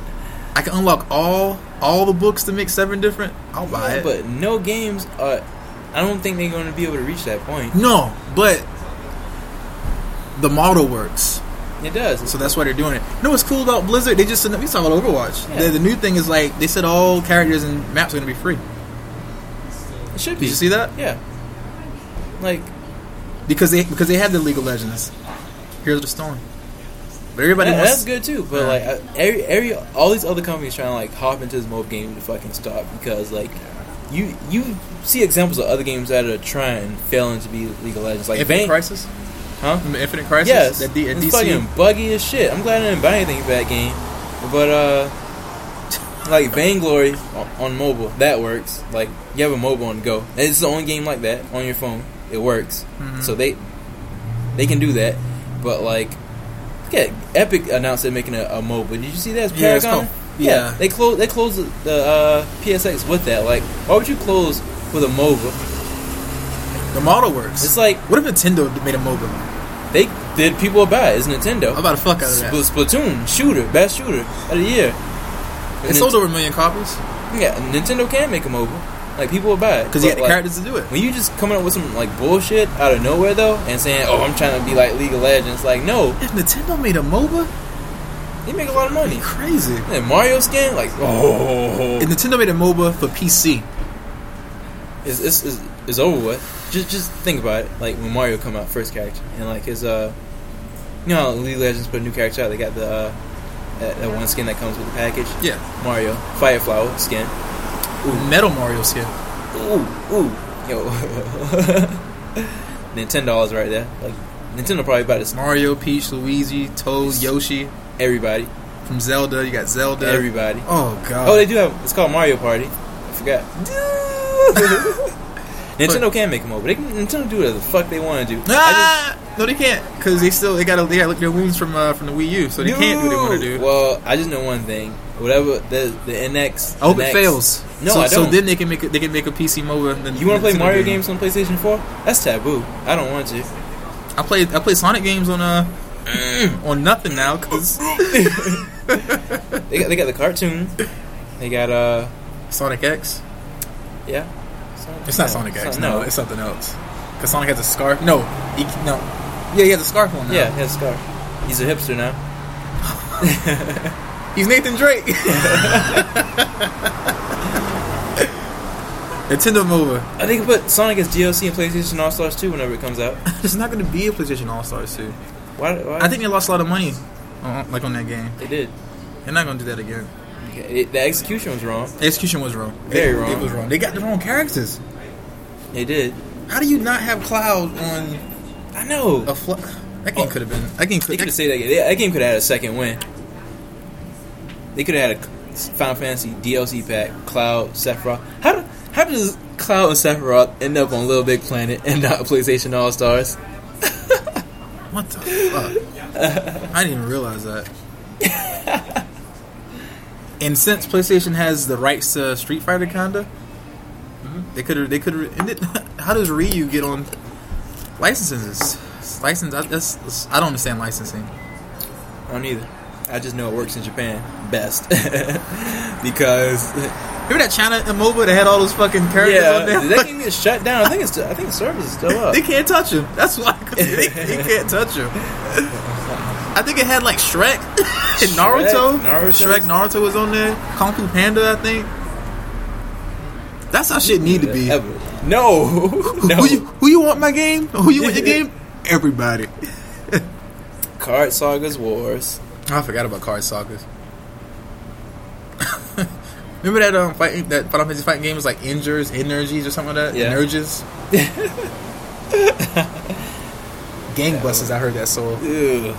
Speaker 1: I can unlock all all the books to make seven different. I'll buy it.
Speaker 2: but no games are. I don't think they're going to be able to reach that point.
Speaker 1: no, but the model works.
Speaker 2: It does.
Speaker 1: So that's why they're doing it. You know what's cool about Blizzard? They just said we saw about Overwatch.
Speaker 2: Yeah.
Speaker 1: The, the new thing is like they said all characters and maps are gonna be free.
Speaker 2: it should be.
Speaker 1: Did you see that?
Speaker 2: Yeah. Like
Speaker 1: Because they because they had the League of Legends. Heroes of the Storm. But everybody
Speaker 2: that- that's
Speaker 1: wants
Speaker 2: good too, but
Speaker 1: Yeah.
Speaker 2: like I- every every all these other companies trying to like hop into this mobile game to fucking stop because like you you see examples of other games that are trying failing to be League of Legends like
Speaker 1: Infinite
Speaker 2: Vayne,
Speaker 1: Crisis.
Speaker 2: huh?
Speaker 1: Remember Infinite Crisis.
Speaker 2: Yes,
Speaker 1: That D- at
Speaker 2: it's
Speaker 1: DC.
Speaker 2: fucking buggy as shit. I'm glad I didn't buy anything for that game, but uh, like Vainglory on, on mobile that works. Like you have a mobile on the go. And It's the only game like that on your phone. It works,
Speaker 1: Mm-hmm.
Speaker 2: so they they can do that. But like, yeah, Epic announced they're making a, a mobile. Did you see that? It's
Speaker 1: Yeah, it's
Speaker 2: Paragon.
Speaker 1: called-
Speaker 2: yeah.
Speaker 1: yeah.
Speaker 2: they close they closed the, the uh, PSX with that. Like, why would you close with a mobile?
Speaker 1: The model works.
Speaker 2: It's like
Speaker 1: what if Nintendo made a MOBA?
Speaker 2: they did people buy it. It's Nintendo.
Speaker 1: How about the fuck out of that?
Speaker 2: Spl- Splatoon shooter, best shooter of the year.
Speaker 1: It sold over a million copies
Speaker 2: Yeah, Nintendo can make a mobile. Like people will buy it
Speaker 1: because you
Speaker 2: But,
Speaker 1: had the
Speaker 2: like,
Speaker 1: characters to do it.
Speaker 2: When you just coming up with some like bullshit out of nowhere though, and saying, "Oh, I'm trying to be like League of Legends," like no,
Speaker 1: If Nintendo made a MOBA,
Speaker 2: you make a lot of
Speaker 1: it'd
Speaker 2: money.
Speaker 1: be crazy.
Speaker 2: And Mario skin, like oh,
Speaker 1: If Nintendo made a MOBA for PC,
Speaker 2: it's, it's, it's, it's over with. Just just think about it. Like when Mario come out first character, and like his uh, you know, how League of Legends put a new character out. They got the uh, that, that one skin that comes with the package.
Speaker 1: yeah,
Speaker 2: Mario Fireflower skin.
Speaker 1: Metal Mario skin.
Speaker 2: Ooh, ooh, yo. Nintendo is right there. Like Nintendo probably about to smoke
Speaker 1: Mario, Peach, Luigi, Toad, Yoshi.
Speaker 2: everybody,
Speaker 1: From Zelda, you got Zelda.
Speaker 2: everybody.
Speaker 1: oh god.
Speaker 2: Oh, they do have. It's called Mario Party. I forgot. Nintendo can make them over. They can, Nintendo do whatever the fuck they want to do. I
Speaker 1: ah! no, they can't because they still they gotta they gotta look their wounds from uh, from the Wii U, so they
Speaker 2: just-
Speaker 1: can't do what they want to do.
Speaker 2: Well, I just know one thing. Whatever the the NX.
Speaker 1: I hope it
Speaker 2: NX
Speaker 1: fails.
Speaker 2: No,
Speaker 1: so,
Speaker 2: I
Speaker 1: so
Speaker 2: don't.
Speaker 1: then they can make a, they can make a PC MOBA. And then
Speaker 2: You want to play
Speaker 1: Nintendo
Speaker 2: Mario
Speaker 1: game.
Speaker 2: games on PlayStation Four? That's taboo. I don't want to.
Speaker 1: I play I play Sonic games on uh on nothing now because
Speaker 2: They got they got the cartoon. They got uh
Speaker 1: Sonic X.
Speaker 2: yeah.
Speaker 1: It's not
Speaker 2: No,
Speaker 1: Sonic X.
Speaker 2: Son-
Speaker 1: no, it's something else. Because Sonic has a scarf. No, he, no. Yeah, he has a scarf on. Now.
Speaker 2: Yeah, he has a scar. He's a hipster now.
Speaker 1: he's Nathan Drake. Nintendo MOBA.
Speaker 2: I think put Sonic as DLC in PlayStation All Stars 2 whenever it comes out.
Speaker 1: It's not going to be a PlayStation All Stars too.
Speaker 2: Why, why?
Speaker 1: I think they lost a lot of money, on, like on that game.
Speaker 2: they did.
Speaker 1: They're not going to do that again.
Speaker 2: Okay, it- the execution was wrong.
Speaker 1: The execution was wrong.
Speaker 2: Very
Speaker 1: It-
Speaker 2: wrong.
Speaker 1: It was wrong. They got the wrong characters.
Speaker 2: They did.
Speaker 1: How do you not have Cloud on
Speaker 2: I know.
Speaker 1: a fl- That
Speaker 2: Oh.
Speaker 1: game could have been. That game
Speaker 2: They
Speaker 1: could.
Speaker 2: could have saved that game. That game could have had a second win. They could have had a Final Fantasy DLC pack, Cloud, Sephiroth. How do, how does Cloud and Sephiroth end up on Little Big Planet and not PlayStation All Stars?
Speaker 1: What the fuck? I didn't even realize that. and since PlayStation has the rights to Street Fighter, kinda, they could have. They could have. How does Ryu get on licenses? License. I, that's, that's- I don't understand licensing.
Speaker 2: I don't either. I just know it works in Japan best because
Speaker 1: Remember that China MOBA that had all those fucking characters
Speaker 2: yeah,
Speaker 1: on there?
Speaker 2: that game gets shut down. I think it's I think the service is still up.
Speaker 1: they can't touch him. That's why 'cause they, they can't touch him. I think it had like Shrek and Naruto.
Speaker 2: Naruto.
Speaker 1: Shrek, Naruto was on there. Kung Fu Panda, I think. That's how shit need to be.
Speaker 2: Ever. No, no.
Speaker 1: Who you who you want my game? Who you want your game? Everybody.
Speaker 2: Card Sagas Wars.
Speaker 1: I forgot about Card Saga. Remember that um fight that Final Fantasy fighting game was like Injures, Energies, or something like that.
Speaker 2: Yeah.
Speaker 1: Energies. Gangbusters. I heard that so.
Speaker 2: Ew.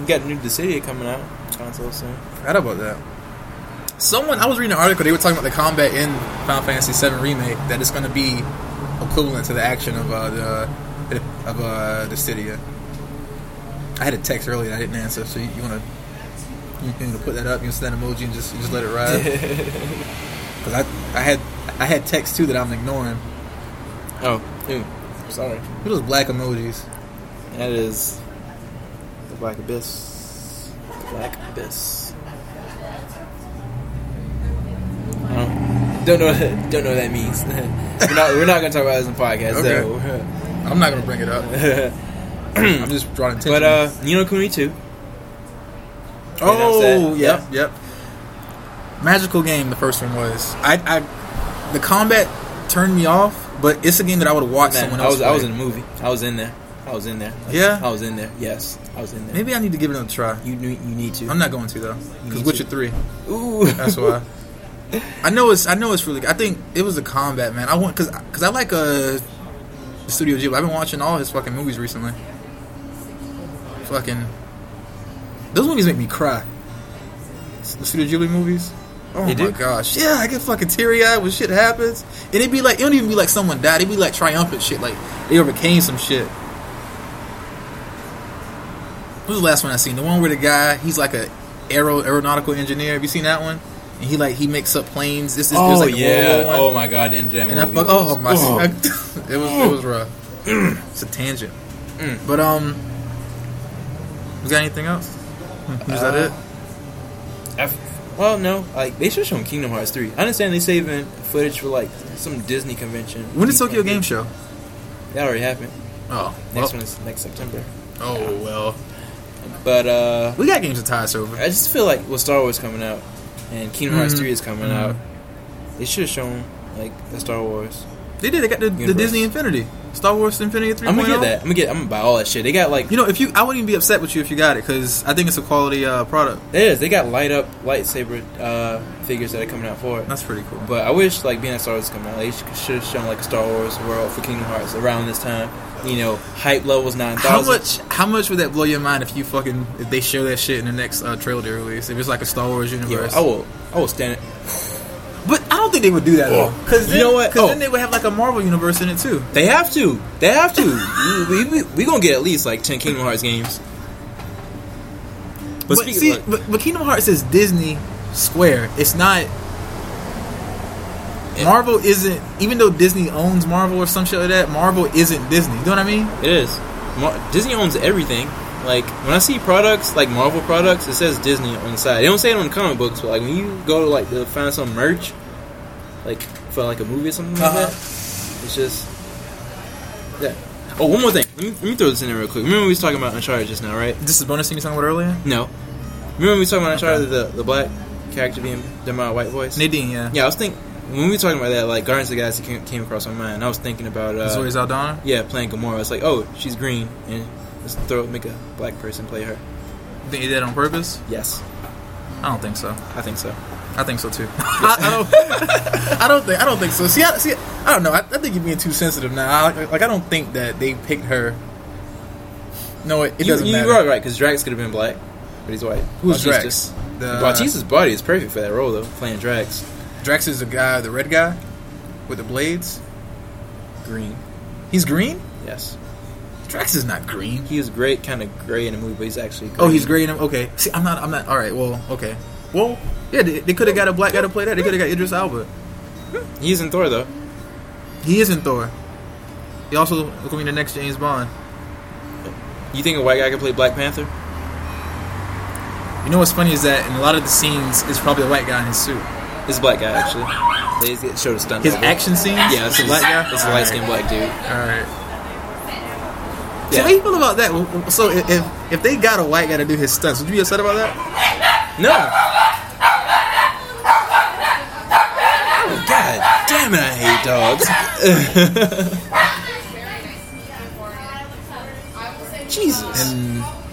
Speaker 2: We got new Dissidia coming out console soon.
Speaker 1: Forgot about that. Someone I was reading an article. They were talking about the combat in Final Fantasy VII remake that it's going to be equivalent to the action of uh, the of uh, the Cydia. I had a text earlier that I didn't answer, so you, you want to you can put that up, you can send an emoji, and just you just let it ride. Because I I had I had text too that I'm ignoring.
Speaker 2: oh, ew. Sorry.
Speaker 1: Look at those black emojis.
Speaker 2: That is the Black Abyss. The Black Abyss. Oh, don't know. Don't know what that means. we're not. We're not gonna talk about this in the podcast.
Speaker 1: I'm not gonna bring it up.
Speaker 2: though.
Speaker 1: I'm just drawing attention.
Speaker 2: but uh, Nino Kuni too.
Speaker 1: Oh,
Speaker 2: That's it.
Speaker 1: yep, yep. Magical game. The first one was. I, I, the combat turned me off, but it's a game that I would watch
Speaker 2: Man,
Speaker 1: someone
Speaker 2: I
Speaker 1: else.
Speaker 2: was. I was
Speaker 1: play.
Speaker 2: in the movie. I was in there. I was in there.
Speaker 1: Yeah?
Speaker 2: I was in there. Yes, I was in there.
Speaker 1: Maybe I need to give it a try.
Speaker 2: You knew. You need to.
Speaker 1: I'm not going to though, because
Speaker 2: need
Speaker 1: Witcher
Speaker 2: to.
Speaker 1: Three.
Speaker 2: Ooh.
Speaker 1: That's why. I know it's. I know it's really. I think it was the combat, man. I want because because I like uh, Studio Ghibli. I've been watching all his fucking movies recently. Fucking, those movies make me cry. S- The Studio Ghibli movies. Oh
Speaker 2: They
Speaker 1: my
Speaker 2: do?
Speaker 1: gosh! Yeah, I get fucking teary eyed when shit happens, and it'd be like it don't even be like someone died. It'd be like triumphant shit, like they overcame some shit. What was the last one I seen? The one where the guy he's like a aero aeronautical engineer. Have you seen that one? And he like he makes up planes. This is
Speaker 2: Oh
Speaker 1: there's like a World
Speaker 2: yeah.
Speaker 1: War One.
Speaker 2: Oh my Oh. God. The end of that
Speaker 1: and I
Speaker 2: movie
Speaker 1: fuck. Oh
Speaker 2: was-
Speaker 1: my! I- it was it was rough. it's a tangent.
Speaker 2: Mm.
Speaker 1: But um, was got anything else? Is that
Speaker 2: Uh,
Speaker 1: it?
Speaker 2: I've- well, no. Like they should show Kingdom Hearts three. I understand they saving footage for like some Disney convention.
Speaker 1: When is Tokyo Game Show?
Speaker 2: That already happened.
Speaker 1: Oh,
Speaker 2: Next
Speaker 1: well,
Speaker 2: one is next September.
Speaker 1: oh well.
Speaker 2: But uh,
Speaker 1: We got games to tie us over.
Speaker 2: I just feel like with Star Wars coming out and Kingdom Hearts
Speaker 1: Mhm.
Speaker 2: three is coming
Speaker 1: Mhm.
Speaker 2: out, they should have shown like a Star Wars.
Speaker 1: They did. They got the, the
Speaker 2: Universe.
Speaker 1: Disney Infinity, Star Wars Infinity 3
Speaker 2: I'm gonna get that. I'm gonna get. I'm gonna buy all that shit. They got like
Speaker 1: You know, if you, I wouldn't even be upset with you if you got it because I think it's a quality uh, product.
Speaker 2: it is. They got light up lightsaber uh, figures that are coming out for it.
Speaker 1: That's pretty cool.
Speaker 2: But I wish like being a Star Wars coming out, they should have shown like a Star Wars world for Kingdom Hearts around this time. You know, hype levels nine
Speaker 1: How
Speaker 2: thousand.
Speaker 1: much? How much would that blow your mind if you fucking if they show that shit in the next uh, trailer they release? If it's like a Star Wars
Speaker 2: Yeah,
Speaker 1: universe,
Speaker 2: I will. I will stand it.
Speaker 1: but I don't think they would do that though. Because
Speaker 2: You know what?
Speaker 1: Because
Speaker 2: Oh.
Speaker 1: then they would have like a Marvel universe in it too.
Speaker 2: They have to. They have to. we, we, we gonna get at least like ten Kingdom Hearts games. But,
Speaker 1: But,
Speaker 2: speaking
Speaker 1: see,
Speaker 2: of, like,
Speaker 1: but, but Kingdom Hearts is Disney Square. It's not. Marvel isn't, even though Disney owns Marvel or some shit like that. Marvel isn't Disney. You know what I mean?
Speaker 2: it is Mar- Disney owns everything. Like when I see products like Marvel products, it says Disney on the side. They don't say it on the comic books, but like when you go to like to find some merch, like for like a movie or something like
Speaker 1: Uh-huh.
Speaker 2: that, it's just that. Oh, one more thing. Let me, let me throw this in there real quick. Remember we was talking about Uncharted just now, right?
Speaker 1: This is bonus thing you talking about earlier.
Speaker 2: No. Remember we was talking about Uncharted, the the black character being done by a white voice.
Speaker 1: Nadine, yeah.
Speaker 2: Yeah, I was thinking when we were talking about that, like Guardians of the Galaxy came, came across my mind. I was thinking about uh,
Speaker 1: Zoe Saldana.
Speaker 2: yeah, playing Gamora. It's like, oh, she's green, and let's throw make a black person play her.
Speaker 1: Think they did that on purpose?
Speaker 2: Yes,
Speaker 1: I don't think so.
Speaker 2: I think so.
Speaker 1: I think so too. I, I don't. I don't think. I don't think so. See, I, see, I don't know. I, I think you're being too sensitive now. I, like, I don't think that they picked her. No, it, it
Speaker 2: you,
Speaker 1: doesn't
Speaker 2: you
Speaker 1: matter.
Speaker 2: are right because Drax could have been black, but he's white.
Speaker 1: Who's
Speaker 2: Bautista's-
Speaker 1: Drax? The-
Speaker 2: Bautista's body is perfect for that role, though. Playing Drax,
Speaker 1: Drax is the guy, the red guy, with the blades.
Speaker 2: green.
Speaker 1: He's green.
Speaker 2: Yes,
Speaker 1: Drax is not green.
Speaker 2: he is great, kind of gray in the movie, but he's actually. Green.
Speaker 1: Oh, he's green. Okay. See, I'm not. I'm not. All right. Well. Okay. Well. Yeah. They, they could have got a black guy to play that. They could have got Idris Elba.
Speaker 2: He's in Thor though.
Speaker 1: He is in Thor. He also going to be the next James Bond.
Speaker 2: You think a white guy could play Black Panther?
Speaker 1: You know what's funny is that in a lot of the scenes, it's probably a white guy in his suit.
Speaker 2: It's a black guy actually. They just showed a stunt.
Speaker 1: His
Speaker 2: double.
Speaker 1: action scenes.
Speaker 2: Yeah, it's a
Speaker 1: black guy.
Speaker 2: It's a light skinned black dude.
Speaker 1: All right. So
Speaker 2: Yeah.
Speaker 1: how you feel about that? W- w- So if- if if they got a white guy to do his stunts, would you be upset about that?
Speaker 2: No. Oh, God damn it! I hate dogs.
Speaker 7: Jesus.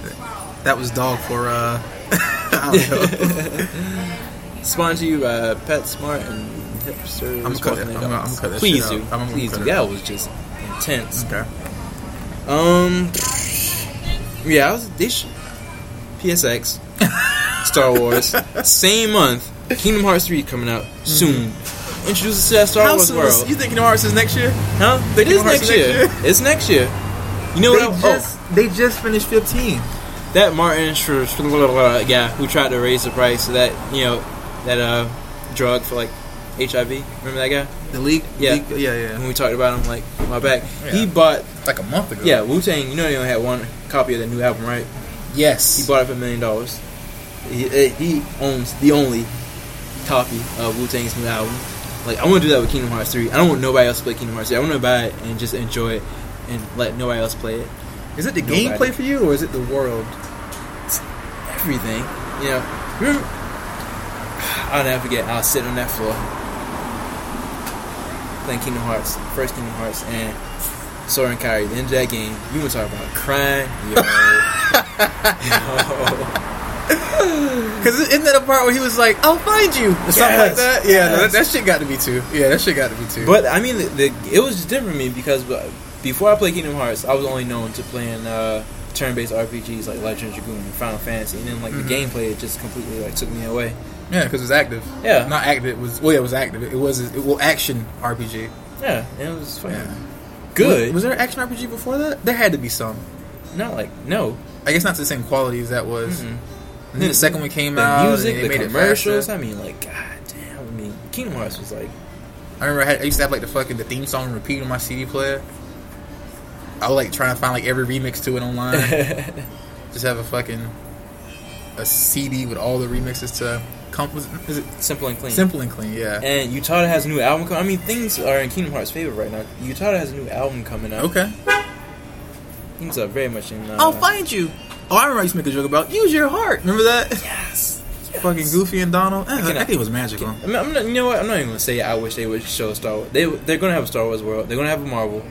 Speaker 1: And that was dog for uh. I don't know.
Speaker 2: Sponsored to you by PetSmart and Hipster.
Speaker 1: I'm gonna cut that- I'm gonna- I'm gonna cut that
Speaker 2: Please do.
Speaker 1: shit out. I'm gonna
Speaker 2: Please
Speaker 1: cut
Speaker 2: do.
Speaker 1: it
Speaker 2: That
Speaker 1: out.
Speaker 2: was just intense.
Speaker 1: Okay.
Speaker 2: Um. Yeah, I was they sh- PSX, Star Wars, same month. Kingdom Hearts three coming out soon. Introduce us to that Star
Speaker 1: Mm-hmm. How
Speaker 2: Wars
Speaker 1: soon
Speaker 2: world,
Speaker 1: is, you think Kingdom Hearts is next year?
Speaker 2: huh? It
Speaker 1: Kingdom
Speaker 2: is
Speaker 1: Hearts
Speaker 2: next
Speaker 1: is
Speaker 2: year.
Speaker 1: next year?
Speaker 2: It's next year. You know
Speaker 1: They
Speaker 2: what? I-
Speaker 1: just they just finished 15.
Speaker 2: oh, that Martin Sh- Sh- blah, blah, blah, guy who tried to raise the price of that you know that uh drug for like HIV. Remember that guy?
Speaker 1: The league,
Speaker 2: Yeah.
Speaker 1: league- yeah, yeah.
Speaker 2: When we talked about him like my back, he
Speaker 1: Yeah.
Speaker 2: bought
Speaker 6: Like a month ago.
Speaker 2: yeah Wu Tang. You know they only had one copy of that new album, right? He
Speaker 6: Yes.
Speaker 2: bought it for a million dollars. He, eh, he owns the only copy of Wu Tang's new album. Like I want to do that with Kingdom Hearts three. I don't want nobody else to play Kingdom Hearts three. I want to buy it and just enjoy it and let nobody else play it.
Speaker 1: Is it the
Speaker 2: Nobody.
Speaker 1: gameplay for you or is it the world?
Speaker 2: Everything, you know. Remember, I'll never forget. I was sitting uh, on that floor playing Kingdom Hearts, first Kingdom Hearts, and Soren Kyrie. The end of that game, you want to talk about crying, yo. yo.
Speaker 1: Because isn't that a part where he was like, "I'll find you" or something
Speaker 2: Yes.
Speaker 1: like that? Yeah, no,
Speaker 2: Yes.
Speaker 1: that, that shit got to be too. Yeah, that shit got to be too.
Speaker 2: But I mean, the, the, it was just different for me because uh, before I played Kingdom Hearts, I was only known to playing uh, turn-based RPGs like Legend of Dragoon and Final Fantasy, and then like
Speaker 1: Mm-hmm.
Speaker 2: the gameplay it just completely like took me away.
Speaker 1: yeah, because it was active.
Speaker 2: Yeah.
Speaker 1: not active. It was well, yeah, it was active. It was it, well action RPG.
Speaker 2: Yeah, and it was fucking
Speaker 1: Yeah.
Speaker 2: good.
Speaker 1: Was, was there an action RPG before that? There had to be some.
Speaker 2: Not like no,
Speaker 1: I guess not to the same quality as that was.
Speaker 2: Mhm.
Speaker 1: And then the second one came
Speaker 2: the
Speaker 1: out.
Speaker 2: music,
Speaker 1: and they
Speaker 2: the
Speaker 1: made
Speaker 2: commercials.
Speaker 1: It
Speaker 2: I mean, like god damn. I mean, Kingdom Hearts was like
Speaker 1: faster. I remember I, had, I used to have like the fucking the theme song repeat on my CD player. I would like try and find like every remix to it online. Just have a fucking a CD with all the remixes to comp. Was, is it
Speaker 2: simple and clean.
Speaker 1: simple and clean? Yeah.
Speaker 2: And Utada has a new album coming. I mean, things are in Kingdom Hearts' favor right now. Utada has a new album coming out.
Speaker 1: Okay.
Speaker 2: Things are very much in. Uh,
Speaker 1: I'll find you. Oh, I remember I used to make a joke about use your heart. Remember that?
Speaker 2: Yes.
Speaker 1: Fucking Goofy and Donald. Eh,
Speaker 2: cannot-
Speaker 1: that thing was magical.
Speaker 2: I mean, I'm not, you know what? I'm not even gonna say I wish they would show Star Wars. They they're gonna have a Star Wars world. They're gonna have a Marvel.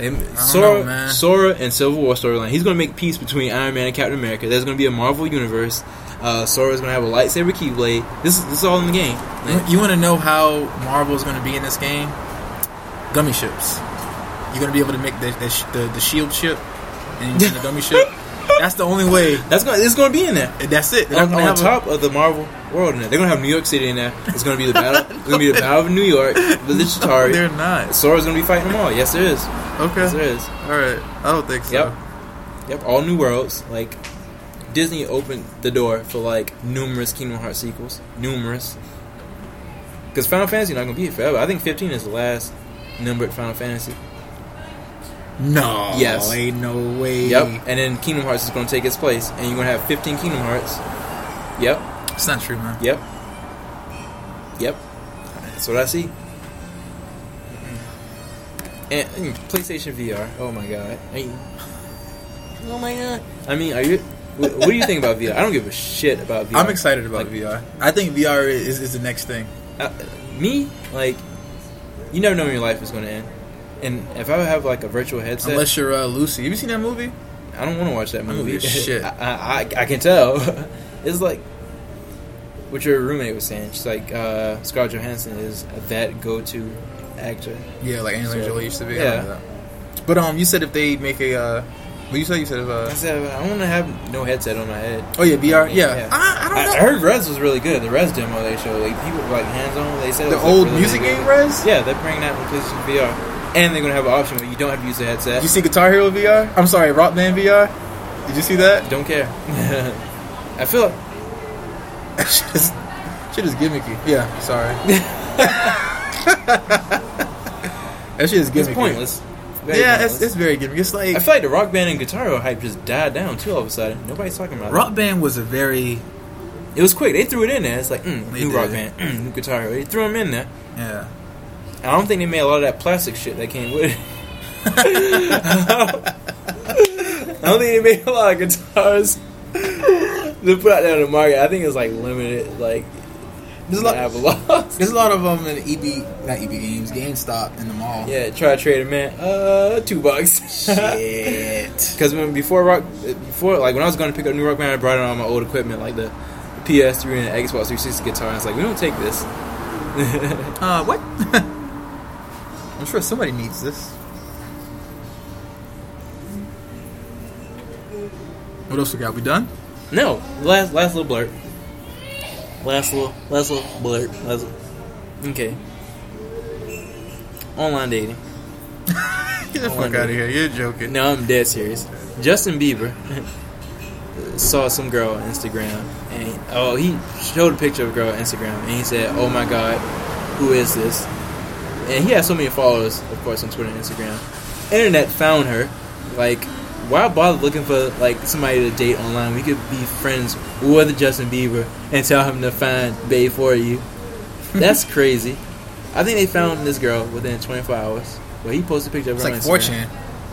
Speaker 2: And Sora,
Speaker 1: know, man.
Speaker 2: Sora, and Civil War storyline. He's gonna make peace between Iron Man and Captain America. There's gonna be a Marvel universe. Uh, Sora's gonna have a lightsaber keyblade. This is this is all in the game.
Speaker 1: You- You want to know how Marvel's going to be in this game? Gummy ships. You're going to be able to make the the, sh- the, the shield ship and you get the gummy ship. That's the only way.
Speaker 2: That's gonna it's gonna be in there.
Speaker 1: And That's it. They're not
Speaker 2: On,
Speaker 1: gonna
Speaker 2: on
Speaker 1: have a-
Speaker 2: top of the Marvel world, in there. they're gonna have New York City in there. It's gonna be the battle. It's gonna be the battle of New York. The
Speaker 1: they're
Speaker 2: Chitari.
Speaker 1: not.
Speaker 2: Sora's gonna be fighting them all. Yes, there is.
Speaker 1: Okay.
Speaker 2: Yes, there is.
Speaker 1: All right. I don't think so.
Speaker 2: Yep. Yep, all new worlds. Like Disney opened the door for like numerous Kingdom Hearts sequels, numerous. Because Final Fantasy not gonna be it forever. I think fifteen is the last numbered Final Fantasy.
Speaker 1: No.
Speaker 2: Yes.
Speaker 1: Ain't no way.
Speaker 2: Yep, and then Kingdom Hearts is gonna take its place, and you're gonna have fifteen Kingdom Hearts. Yep,
Speaker 1: It's not true, man.
Speaker 2: yep, yep. That's what I see. And, and PlayStation VR. Oh my god. I- oh my god. I mean, are you? What, what do you think about VR? I don't give a shit about VR.
Speaker 1: I'm excited about
Speaker 2: Like-
Speaker 1: VR. I think VR is, is the next thing.
Speaker 2: uh, me, like, you never know when your life is going to end. And if I would have like a virtual headset,
Speaker 1: Unless you're uh, Lucy. Have you seen that movie?
Speaker 2: I don't want to watch that
Speaker 1: don't
Speaker 2: movie.
Speaker 1: give a shit.
Speaker 2: I, I, I, I can tell. it's like what your roommate was saying. She's like, uh, Scarlett Johansson is that go-to actor.
Speaker 1: Yeah, like Angelina
Speaker 2: So-
Speaker 1: Jolie used to be. I
Speaker 2: Yeah.
Speaker 1: remember that. But um, you said if they make a, uh, what you said? You said if
Speaker 2: I
Speaker 1: uh,
Speaker 2: said, I want to have no headset on my head.
Speaker 1: oh yeah, VR. Yeah,
Speaker 2: Yeah.
Speaker 1: I, I
Speaker 2: I,
Speaker 1: don't
Speaker 2: I
Speaker 1: know.
Speaker 2: heard Res was really good. The Res demo they showed, like people like hands-on. They said it
Speaker 1: the
Speaker 2: was, like,
Speaker 1: old
Speaker 2: really
Speaker 1: music
Speaker 2: good.
Speaker 1: game res.
Speaker 2: Yeah, they're bringing that to PlayStation VR, and they're gonna have an option where you don't have to use a headset.
Speaker 1: You see Guitar Hero VR? I'm sorry, Rock Band VR. Did you see that?
Speaker 2: Don't care. I feel
Speaker 1: shit, is, shit is gimmicky. Yeah, sorry. that shit is gimmicky.
Speaker 2: it's pointless. Very
Speaker 1: yeah,
Speaker 2: pointless.
Speaker 1: it's, it's very gimmicky. It's like
Speaker 2: I feel like the rock band and guitar Hero hype just died down too. All of a sudden, nobody's talking about
Speaker 1: Rock Band was a very
Speaker 2: it. It was quick. They threw it in there. It's like mm,
Speaker 1: They
Speaker 2: new
Speaker 1: did.
Speaker 2: rock band, mm, new guitar Hero. They threw them in there.
Speaker 1: yeah.
Speaker 2: And I don't think they made a lot of that plastic shit that came with it. I don't think they made a lot of guitars to put out there on the market. I think it's like limited. Like
Speaker 6: There's a
Speaker 2: I
Speaker 6: lot.
Speaker 2: have a lot.
Speaker 6: There's a lot of them in
Speaker 1: E
Speaker 6: EB, not EB Games, GameStop in the mall.
Speaker 2: Yeah, try to trade a man. Uh, two bucks.
Speaker 6: Shit.
Speaker 2: Because when before rock, before like when I was going to pick up new rock band, I brought in all my old equipment, like the PS3 and Xbox 360 guitar. And I was like, we don't take this.
Speaker 1: Uh, what?
Speaker 6: I'm sure somebody needs this.
Speaker 1: What else we got? We done?
Speaker 2: No, last last little blurt. Last little last little blurt. Last, okay. Online dating.
Speaker 1: Get the
Speaker 2: Oh,
Speaker 1: fuck
Speaker 2: I
Speaker 1: out of
Speaker 2: know.
Speaker 1: here. You're joking.
Speaker 2: No, I'm dead serious. Justin Bieber saw some girl on Instagram, and oh, he showed a picture of a girl on Instagram, and he said, "Oh my God, who is this?" And he has so many followers, of course, on Twitter and Instagram. Internet found her. Like, why bother looking for like somebody to date online? We could be friends with Justin Bieber and tell him to find babe for you. That's crazy. I think they found this girl within 24 hours. Well, he posted a picture of
Speaker 1: It's
Speaker 2: her
Speaker 1: like
Speaker 2: on Instagram.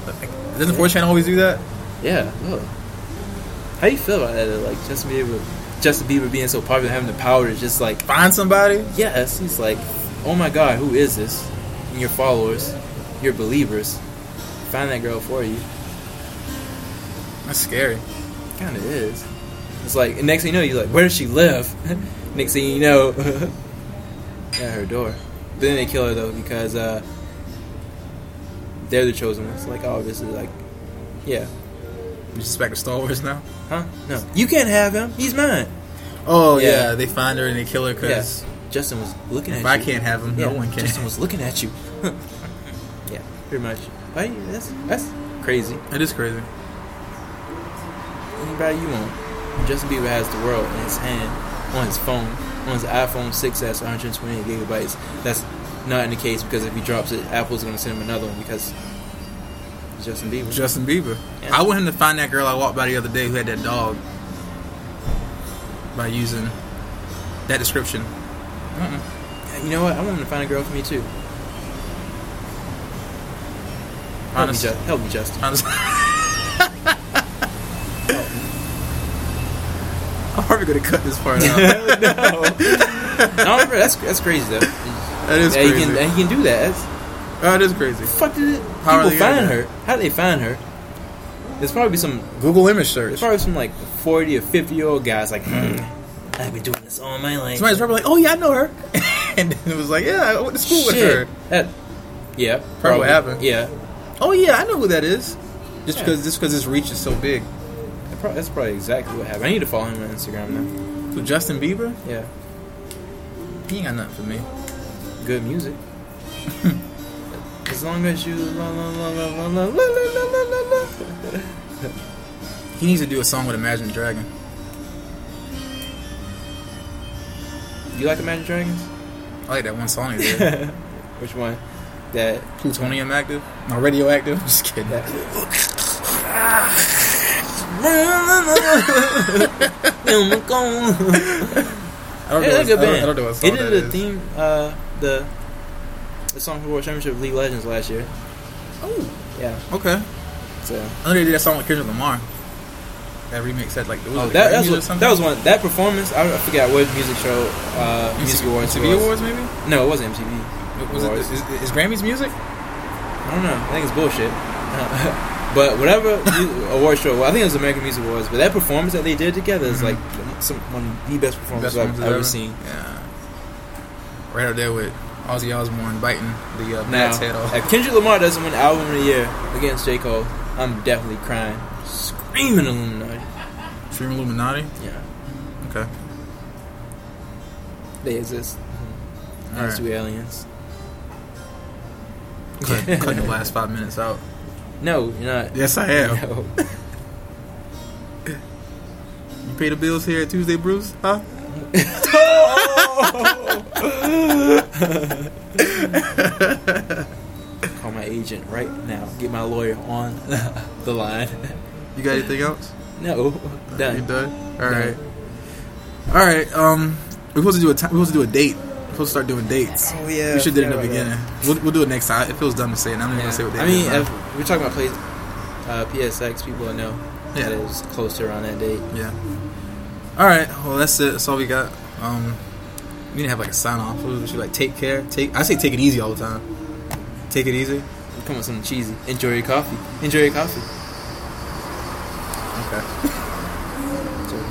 Speaker 1: 4chan. Doesn't 4chan always do that?
Speaker 2: Yeah. Look. How you feel about that? though? Like Justin Bieber, Justin Bieber being so popular, having the power to just like
Speaker 1: Find somebody?
Speaker 2: yes, he's like, oh my god, who is this? And your followers, your believers, find that girl for you.
Speaker 1: That's scary.
Speaker 2: Kind of is. It's like and next thing you know, you're like, where does she live? next thing you know, at her door. But then they kill her though because uh, they're the chosen ones. Like oh, this is like, yeah,
Speaker 1: You just back to Star Wars now?
Speaker 2: huh? No, you can't have him. He's mine.
Speaker 1: Oh,
Speaker 2: Yeah.
Speaker 1: yeah. They find her and they kill her because
Speaker 2: Yes. Justin was looking at
Speaker 1: if
Speaker 2: you.
Speaker 1: I can't have them,
Speaker 2: Yeah,
Speaker 1: no one can.
Speaker 2: Justin was looking at you. yeah, pretty much. Why you- that's that's crazy.
Speaker 1: It is crazy.
Speaker 2: Anybody you want. Justin Bieber has the world in his hand, on his phone, on his iPhone 6s, 128 gigabytes. That's not in the case because if he drops it, Apple's going to send him another one because it's Justin Bieber.
Speaker 1: Justin Bieber.
Speaker 2: Yeah.
Speaker 1: I want him to find that girl I walked by the other day who had that dog by using that description.
Speaker 2: you know what? I want him to find a girl for me too. Help me,
Speaker 1: Honest-
Speaker 2: Ju- help me, Justin.
Speaker 1: honest- I'm probably going to cut this part out.
Speaker 2: no, bro, that's that's crazy though. That
Speaker 1: that is
Speaker 2: he
Speaker 1: crazy. Oh,
Speaker 2: can that he can do that. That's,
Speaker 1: that is crazy.
Speaker 2: fuck did it?
Speaker 1: How
Speaker 2: people
Speaker 1: are they gonna
Speaker 2: find
Speaker 1: do
Speaker 2: her?
Speaker 1: it?
Speaker 2: How did they find her? There's probably some.
Speaker 1: Google image
Speaker 2: There's
Speaker 1: search.
Speaker 2: probably some like 40 or 50 year old guys like. "Hmm,
Speaker 1: Mm.
Speaker 2: I've been doing this all my life.
Speaker 1: Somebody's probably like, oh, yeah, I know her. and it was like, yeah, I went to school with her.
Speaker 2: Shit. That, yeah, probably,
Speaker 1: happened.
Speaker 2: Yeah,
Speaker 1: Oh, yeah, I know who that is. Just
Speaker 2: Yeah.
Speaker 1: because just because his reach is so big.
Speaker 2: That prob- that's probably exactly what happened. I need to follow him on Instagram now.
Speaker 1: So Justin Bieber,
Speaker 2: Yeah,
Speaker 1: he ain't got nothing for me.
Speaker 2: good music. as long as you la la la la la la la la la la la.
Speaker 1: He needs to do a song with Imagine Dragon.
Speaker 2: You like Imagine Dragons?
Speaker 1: I like that one song he did.
Speaker 2: Which one? That
Speaker 1: Plutonium active? No, radioactive. I'm just kidding.
Speaker 2: that.
Speaker 1: I don't
Speaker 2: Yeah, that's a
Speaker 1: know. What,
Speaker 2: good
Speaker 1: I, don't,
Speaker 2: band.
Speaker 1: I don't know what
Speaker 2: They
Speaker 1: song
Speaker 2: did
Speaker 1: that
Speaker 2: the
Speaker 1: is.
Speaker 2: theme, uh, the the song for World Championship League Legends last year.
Speaker 1: Oh,
Speaker 2: Yeah,
Speaker 1: okay.
Speaker 2: so
Speaker 1: I know they did that song with Kendrick Lamar. That remix had like, was
Speaker 2: oh,
Speaker 1: it
Speaker 2: that,
Speaker 1: Grammys
Speaker 2: that's
Speaker 1: or
Speaker 2: what,
Speaker 1: something?
Speaker 2: that was one that performance. I, I forgot what music show, uh, music awards. it
Speaker 1: TV
Speaker 2: was.
Speaker 1: awards maybe.
Speaker 2: No, it wasn't MTV.
Speaker 1: Was it,
Speaker 2: Awards.
Speaker 1: is, is Grammys music?
Speaker 2: I don't know. I think it's bullshit. but whatever mu- award show, well, I think it was American Music Awards. But that performance that they did together is
Speaker 1: Mhm.
Speaker 2: like some, one of the best performances
Speaker 1: Best
Speaker 2: I've
Speaker 1: ones
Speaker 2: ever, seen.
Speaker 1: Yeah. Right up there with Ozzy Osbourne biting the uh,
Speaker 2: Now,
Speaker 1: bat's head off.
Speaker 2: if Kendrick Lamar doesn't win Album of the Year against J Cole, I'm definitely crying, screaming Illuminati.
Speaker 1: Dream Illuminati.
Speaker 2: Yeah,
Speaker 1: Okay.
Speaker 2: they exist.
Speaker 1: All
Speaker 2: As
Speaker 1: right.
Speaker 2: do aliens.
Speaker 1: Cut, cut the last five minutes out.
Speaker 2: No, you're not.
Speaker 1: Yes, I am.
Speaker 2: No.
Speaker 1: You pay the bills here at Tuesday, Bruce? Huh?
Speaker 2: Call my agent right now. Get my lawyer on the line.
Speaker 1: You got anything else?
Speaker 2: No,
Speaker 1: You
Speaker 2: done.
Speaker 1: done? All right. All right. Um, we're supposed to do a time. We're supposed to do a date. We're supposed to start doing dates.
Speaker 2: Oh yeah,
Speaker 1: we should do it in the
Speaker 2: forgot about
Speaker 1: beginning. We'll, we'll do it next time. It feels dumb to say it. I'm not even
Speaker 2: that.
Speaker 1: gonna say what date.
Speaker 2: I mean,
Speaker 1: it is,
Speaker 2: if we're talking about place, uh, PSX. People will know
Speaker 1: Yeah.
Speaker 2: that it was close to around that date.
Speaker 1: huh? yeah. All right. Well, that's it. That's all we got. Um, we didn't have like a sign off. We should like take care. Take. I say take it easy all the time. Take it easy.
Speaker 2: Come on, something cheesy. Enjoy your coffee. Enjoy your coffee.
Speaker 1: Okay.